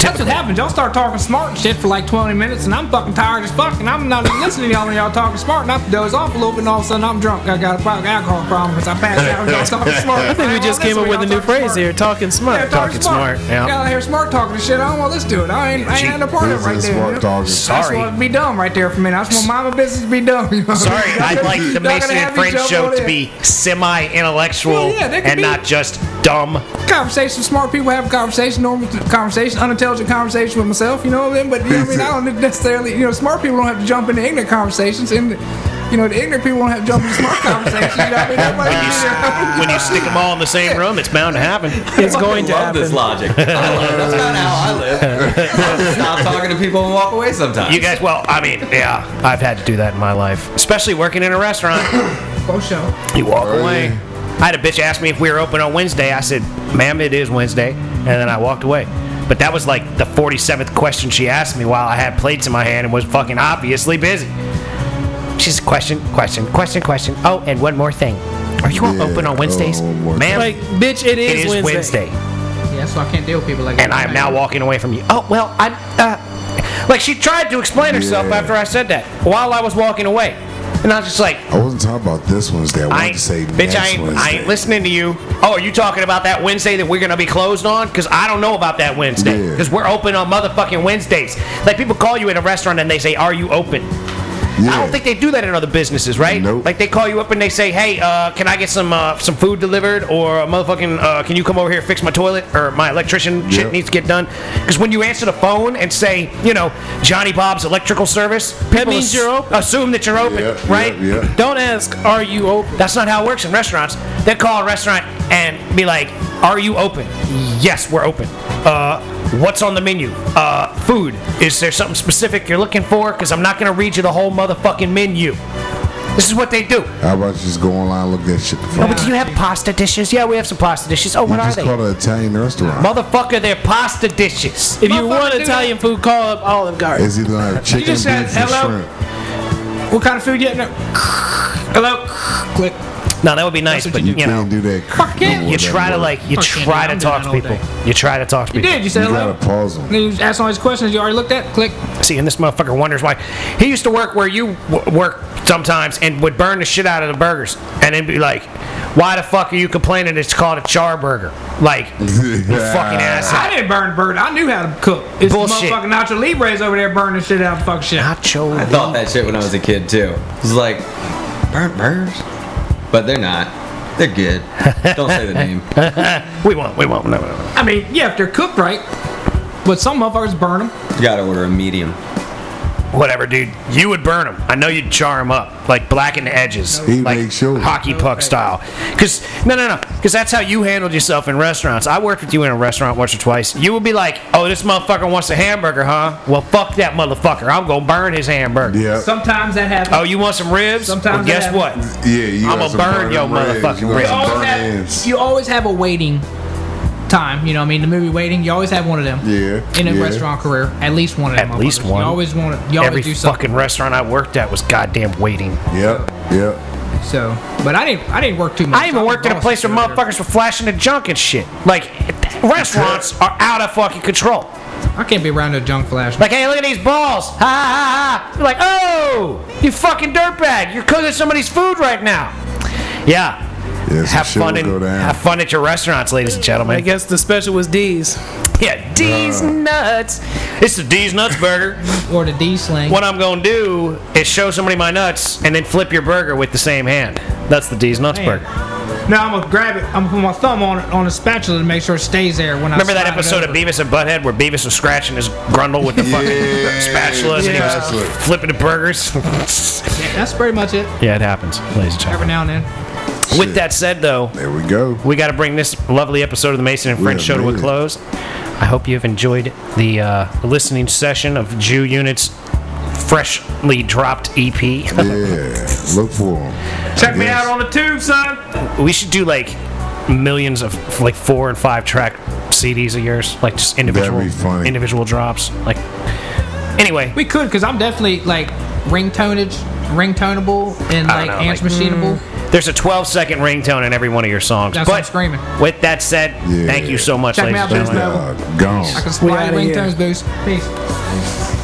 S6: That's what happens. Y'all start talking smart and shit for like 20 minutes, and I'm fucking tired as fuck, and I'm not even listening to y'all when y'all talking smart, and I doze off a little bit, and all of a sudden I'm drunk. I got a fucking alcohol problem because I passed out and y'all talking smart.
S5: I think we just came up with a new phrase here: talking
S6: Yeah,
S5: smart.
S1: Talking
S6: talking, smart.
S1: smart, yeah.
S6: Y'all hear smart talking and shit. I don't want to listen to it. I ain't, I ain't had no part of it right there.
S4: Business
S6: you know?
S4: smart talking.
S6: I just
S1: Sorry.
S6: want to be dumb right there for a minute. I just want my business to be dumb. You know?
S1: Sorry, I'd like the
S6: Y'all gonna
S1: Mason and
S6: have me
S1: Friend
S6: jump
S1: show
S6: on
S1: to
S6: in.
S1: be semi-intellectual
S6: Yeah, yeah, they could
S1: and
S6: be-
S1: not just dumb.
S6: conversation. Smart people have conversation, normal conversation, unintelligent conversation with myself. You know what I mean? But you know what I mean. I don't necessarily. You know, smart people don't have to jump into ignorant conversations, and you know, the ignorant people don't have to jump into smart conversations. You know what I mean? Everybody,
S1: When you, s- when you stick them all in the same room, it's bound to happen.
S5: It's going to
S2: love this
S5: happen.
S2: logic. I love it. That's about how I live. Stop talking to people and walk away sometimes.
S1: You guys, well, I mean, yeah, I've had to do that in my life, especially working in a restaurant.
S6: Oh, show.
S1: You walk
S4: Oh,
S1: away.
S4: yeah.
S1: I had a bitch ask me if we were open on Wednesday. I said, "Ma'am, it is Wednesday," and then I walked away. But that was like the 47th question she asked me while I had plates in my hand and was fucking obviously busy. She's question, question, question, question. Oh, and one more thing. Are you all
S4: Yeah,
S1: open on
S4: oh,
S1: Wednesdays,
S4: one more
S1: ma'am?
S5: Like, bitch,
S1: it
S5: it is,
S1: is Wednesday.
S5: Wednesday.
S6: Yeah, so I can't deal with people like that.
S1: and I am now walking away from you. Oh well, I uh, like she tried to explain herself
S4: Yeah.
S1: after I said that while I was walking away, and I was just like,
S4: I wasn't talking about this Wednesday. I wanted
S1: I ain't,
S4: to say
S1: bitch, I
S4: next
S1: ain't,
S4: Wednesday.
S1: I ain't listening to you. Oh, are you talking about that Wednesday that we're gonna be closed on? Because I don't know about that Wednesday.
S4: Yeah.
S1: Because we're open on motherfucking Wednesdays. Like people call you in a restaurant and they say, "Are you open?"
S4: Yeah.
S1: I don't think they do that in other businesses, right?
S4: Nope.
S1: Like they call you up and they say, "Hey, uh, can I get some uh, some food delivered?" Or "Motherfucking, uh, can you come over here and fix my toilet?" Or "My electrician shit
S4: Yep.
S1: needs to get done." Because when you answer the phone and say, you know, Johnny Bob's electrical service, people
S5: means
S1: ass-
S5: you're open.
S1: Assume that you're open,
S4: Yeah,
S1: right?
S4: yeah, yeah.
S5: Don't ask, are you open?
S1: That's not how it works in restaurants. They call a restaurant and be like, "Are you open?" Yes, we're open. Uh, what's on the menu? Uh, food. Is there something specific you're looking for? Because I'm not gonna read you the whole motherfucking menu. This is what they do.
S4: How about you just go online and look that shit the fuck
S1: Oh, but do you have pasta dishes? Yeah, we have some pasta dishes. Oh,
S4: You
S1: what are
S4: just
S1: they?
S4: called an Italian restaurant.
S1: Motherfucker, they're pasta dishes.
S5: If you
S6: Motherfucker,
S5: want
S6: do
S5: Italian food, call up Olive Garden.
S4: it's either gonna have chicken, beef,
S6: just said,
S4: and
S6: "Hello?"
S4: shrimp.
S6: What kind of food you getting? Hello. Click.
S1: No, that would be nice,
S6: That's
S1: but
S6: what
S1: you,
S4: You,
S1: know,
S4: can't do that.
S6: Fuck yeah.
S4: no more
S1: you
S4: that
S1: try to
S4: way.
S1: like, you
S6: Fuck yeah,
S1: try to
S6: I'm doing
S1: talk to
S6: that all
S1: people.
S6: day.
S1: You try to talk to people.
S6: Did you say
S4: You
S6: hello?
S4: gotta pause them.
S6: Then you just ask all these questions you already looked at. Click.
S1: See, and this motherfucker wonders why he used to work where you w- work sometimes and would burn the shit out of the burgers, and then be like, "Why the fuck are you complaining? It's called a char burger." Like, you fucking asshole.
S6: I didn't burn bird. I knew how to cook. It's
S1: Ah. Bullshit.
S6: the motherfucking Nacho Libres over there burning shit out. Fuck shit.
S1: Nacho.
S2: I thought that shit when I was a kid too. It was like burnt burgers, but they're not. They're good. Don't say the name.
S1: We won't. We won't. No, no, no.
S6: I mean, yeah, if they're cooked right. But some motherfuckers burn them.
S2: You gotta order a medium.
S1: Whatever, dude. You would burn them. I know you'd char them up, like blacken the edges,
S4: He
S1: like
S4: makes sure.
S1: hockey puck style. Cause no, no, no. Cause that's how you handled yourself in restaurants. I worked with you in a restaurant once or twice. You would be like, "Oh, this motherfucker wants a hamburger, huh? Well, fuck that motherfucker. I'm gonna burn his hamburger."
S4: Yeah.
S6: Sometimes that happens.
S1: Oh, you want some ribs? well,
S6: Sometimes
S1: guess
S6: it
S1: what?
S4: yeah, you
S1: I'ma
S4: got some
S1: burn
S4: burning
S1: your
S4: ribs.
S1: motherfucking
S4: You
S1: ribs.
S4: got some
S6: you always,
S4: burning
S6: have,
S4: Oh, ends.
S6: you always have a waiting time. You know, what I mean, the movie waiting. You always have one of them.
S4: Yeah,
S6: In a
S4: yeah.
S6: restaurant career, at least one of them.
S1: At least
S6: motherfuckers.
S1: one.
S6: You always want to. You always
S1: Every
S6: do something.
S1: fucking restaurant I worked at was goddamn waiting.
S4: Yep. Yep.
S6: So, but I didn't. I didn't work too much.
S1: I even worked at a place where motherfuckers were flashing the junk and shit. Like, restaurants are out of fucking control.
S6: I can't be around a junk flash.
S1: Like, hey, look at these balls. Ha ha ha ha. You're like, oh, you fucking dirtbag. You're cooking somebody's food right now. Yeah.
S4: Yeah, some
S1: have
S4: shit
S1: fun
S4: will go
S1: in,
S4: down.
S1: have fun at your restaurants, ladies and
S5: I
S1: gentlemen.
S5: guess the special was D's.
S1: Yeah, D's nuts. It's the D's nuts burger.
S6: or the D sling.
S1: What I'm gonna do is show somebody my nuts and then flip your burger with the same hand. That's the D's nuts
S6: Man.
S1: burger.
S3: Now I'm gonna grab it. I'm gonna put my thumb on it on a spatula to make sure it stays there when I
S1: Remember that
S3: slide it
S1: episode of
S3: over.
S1: Beavis and Butthead where Beavis was scratching his grundle with the fucking
S4: Yeah,
S1: spatulas and he
S4: spatula.
S1: was flipping the burgers?
S3: Yeah, that's pretty much it.
S1: yeah, it happens, ladies and
S3: Every
S1: gentlemen.
S3: now and then.
S1: With that said, though,
S4: There we go.
S1: we got to bring this lovely episode of the Mason and
S4: We
S1: French
S4: have
S1: show to a
S4: made it.
S1: close. I hope you've enjoyed the uh, listening session of Jew Unit's freshly dropped E EP.
S4: Yeah, look for them.
S3: Check me
S4: Yes.
S3: out on the tube, son.
S1: we should do like millions of like four and five track CDs of yours, like just individual
S4: That'd be funny.
S1: individual drops. Like anyway,
S3: We could, cause I'm definitely like ringtonage, ringtoneable, and
S1: I
S3: like
S1: don't know,
S3: answer
S1: like, mm.
S3: machineable.
S1: there's a 12 second ringtone in every one of your songs.
S3: That's
S1: but
S3: what I'm screaming.
S1: With that said,
S4: Yeah.
S1: thank you so much,
S3: Check me
S1: ladies and
S3: out,
S1: gentlemen.
S3: Thursday.
S4: Uh, gone.
S3: I can supply
S9: outta here.
S3: ringtones, boost. Peace.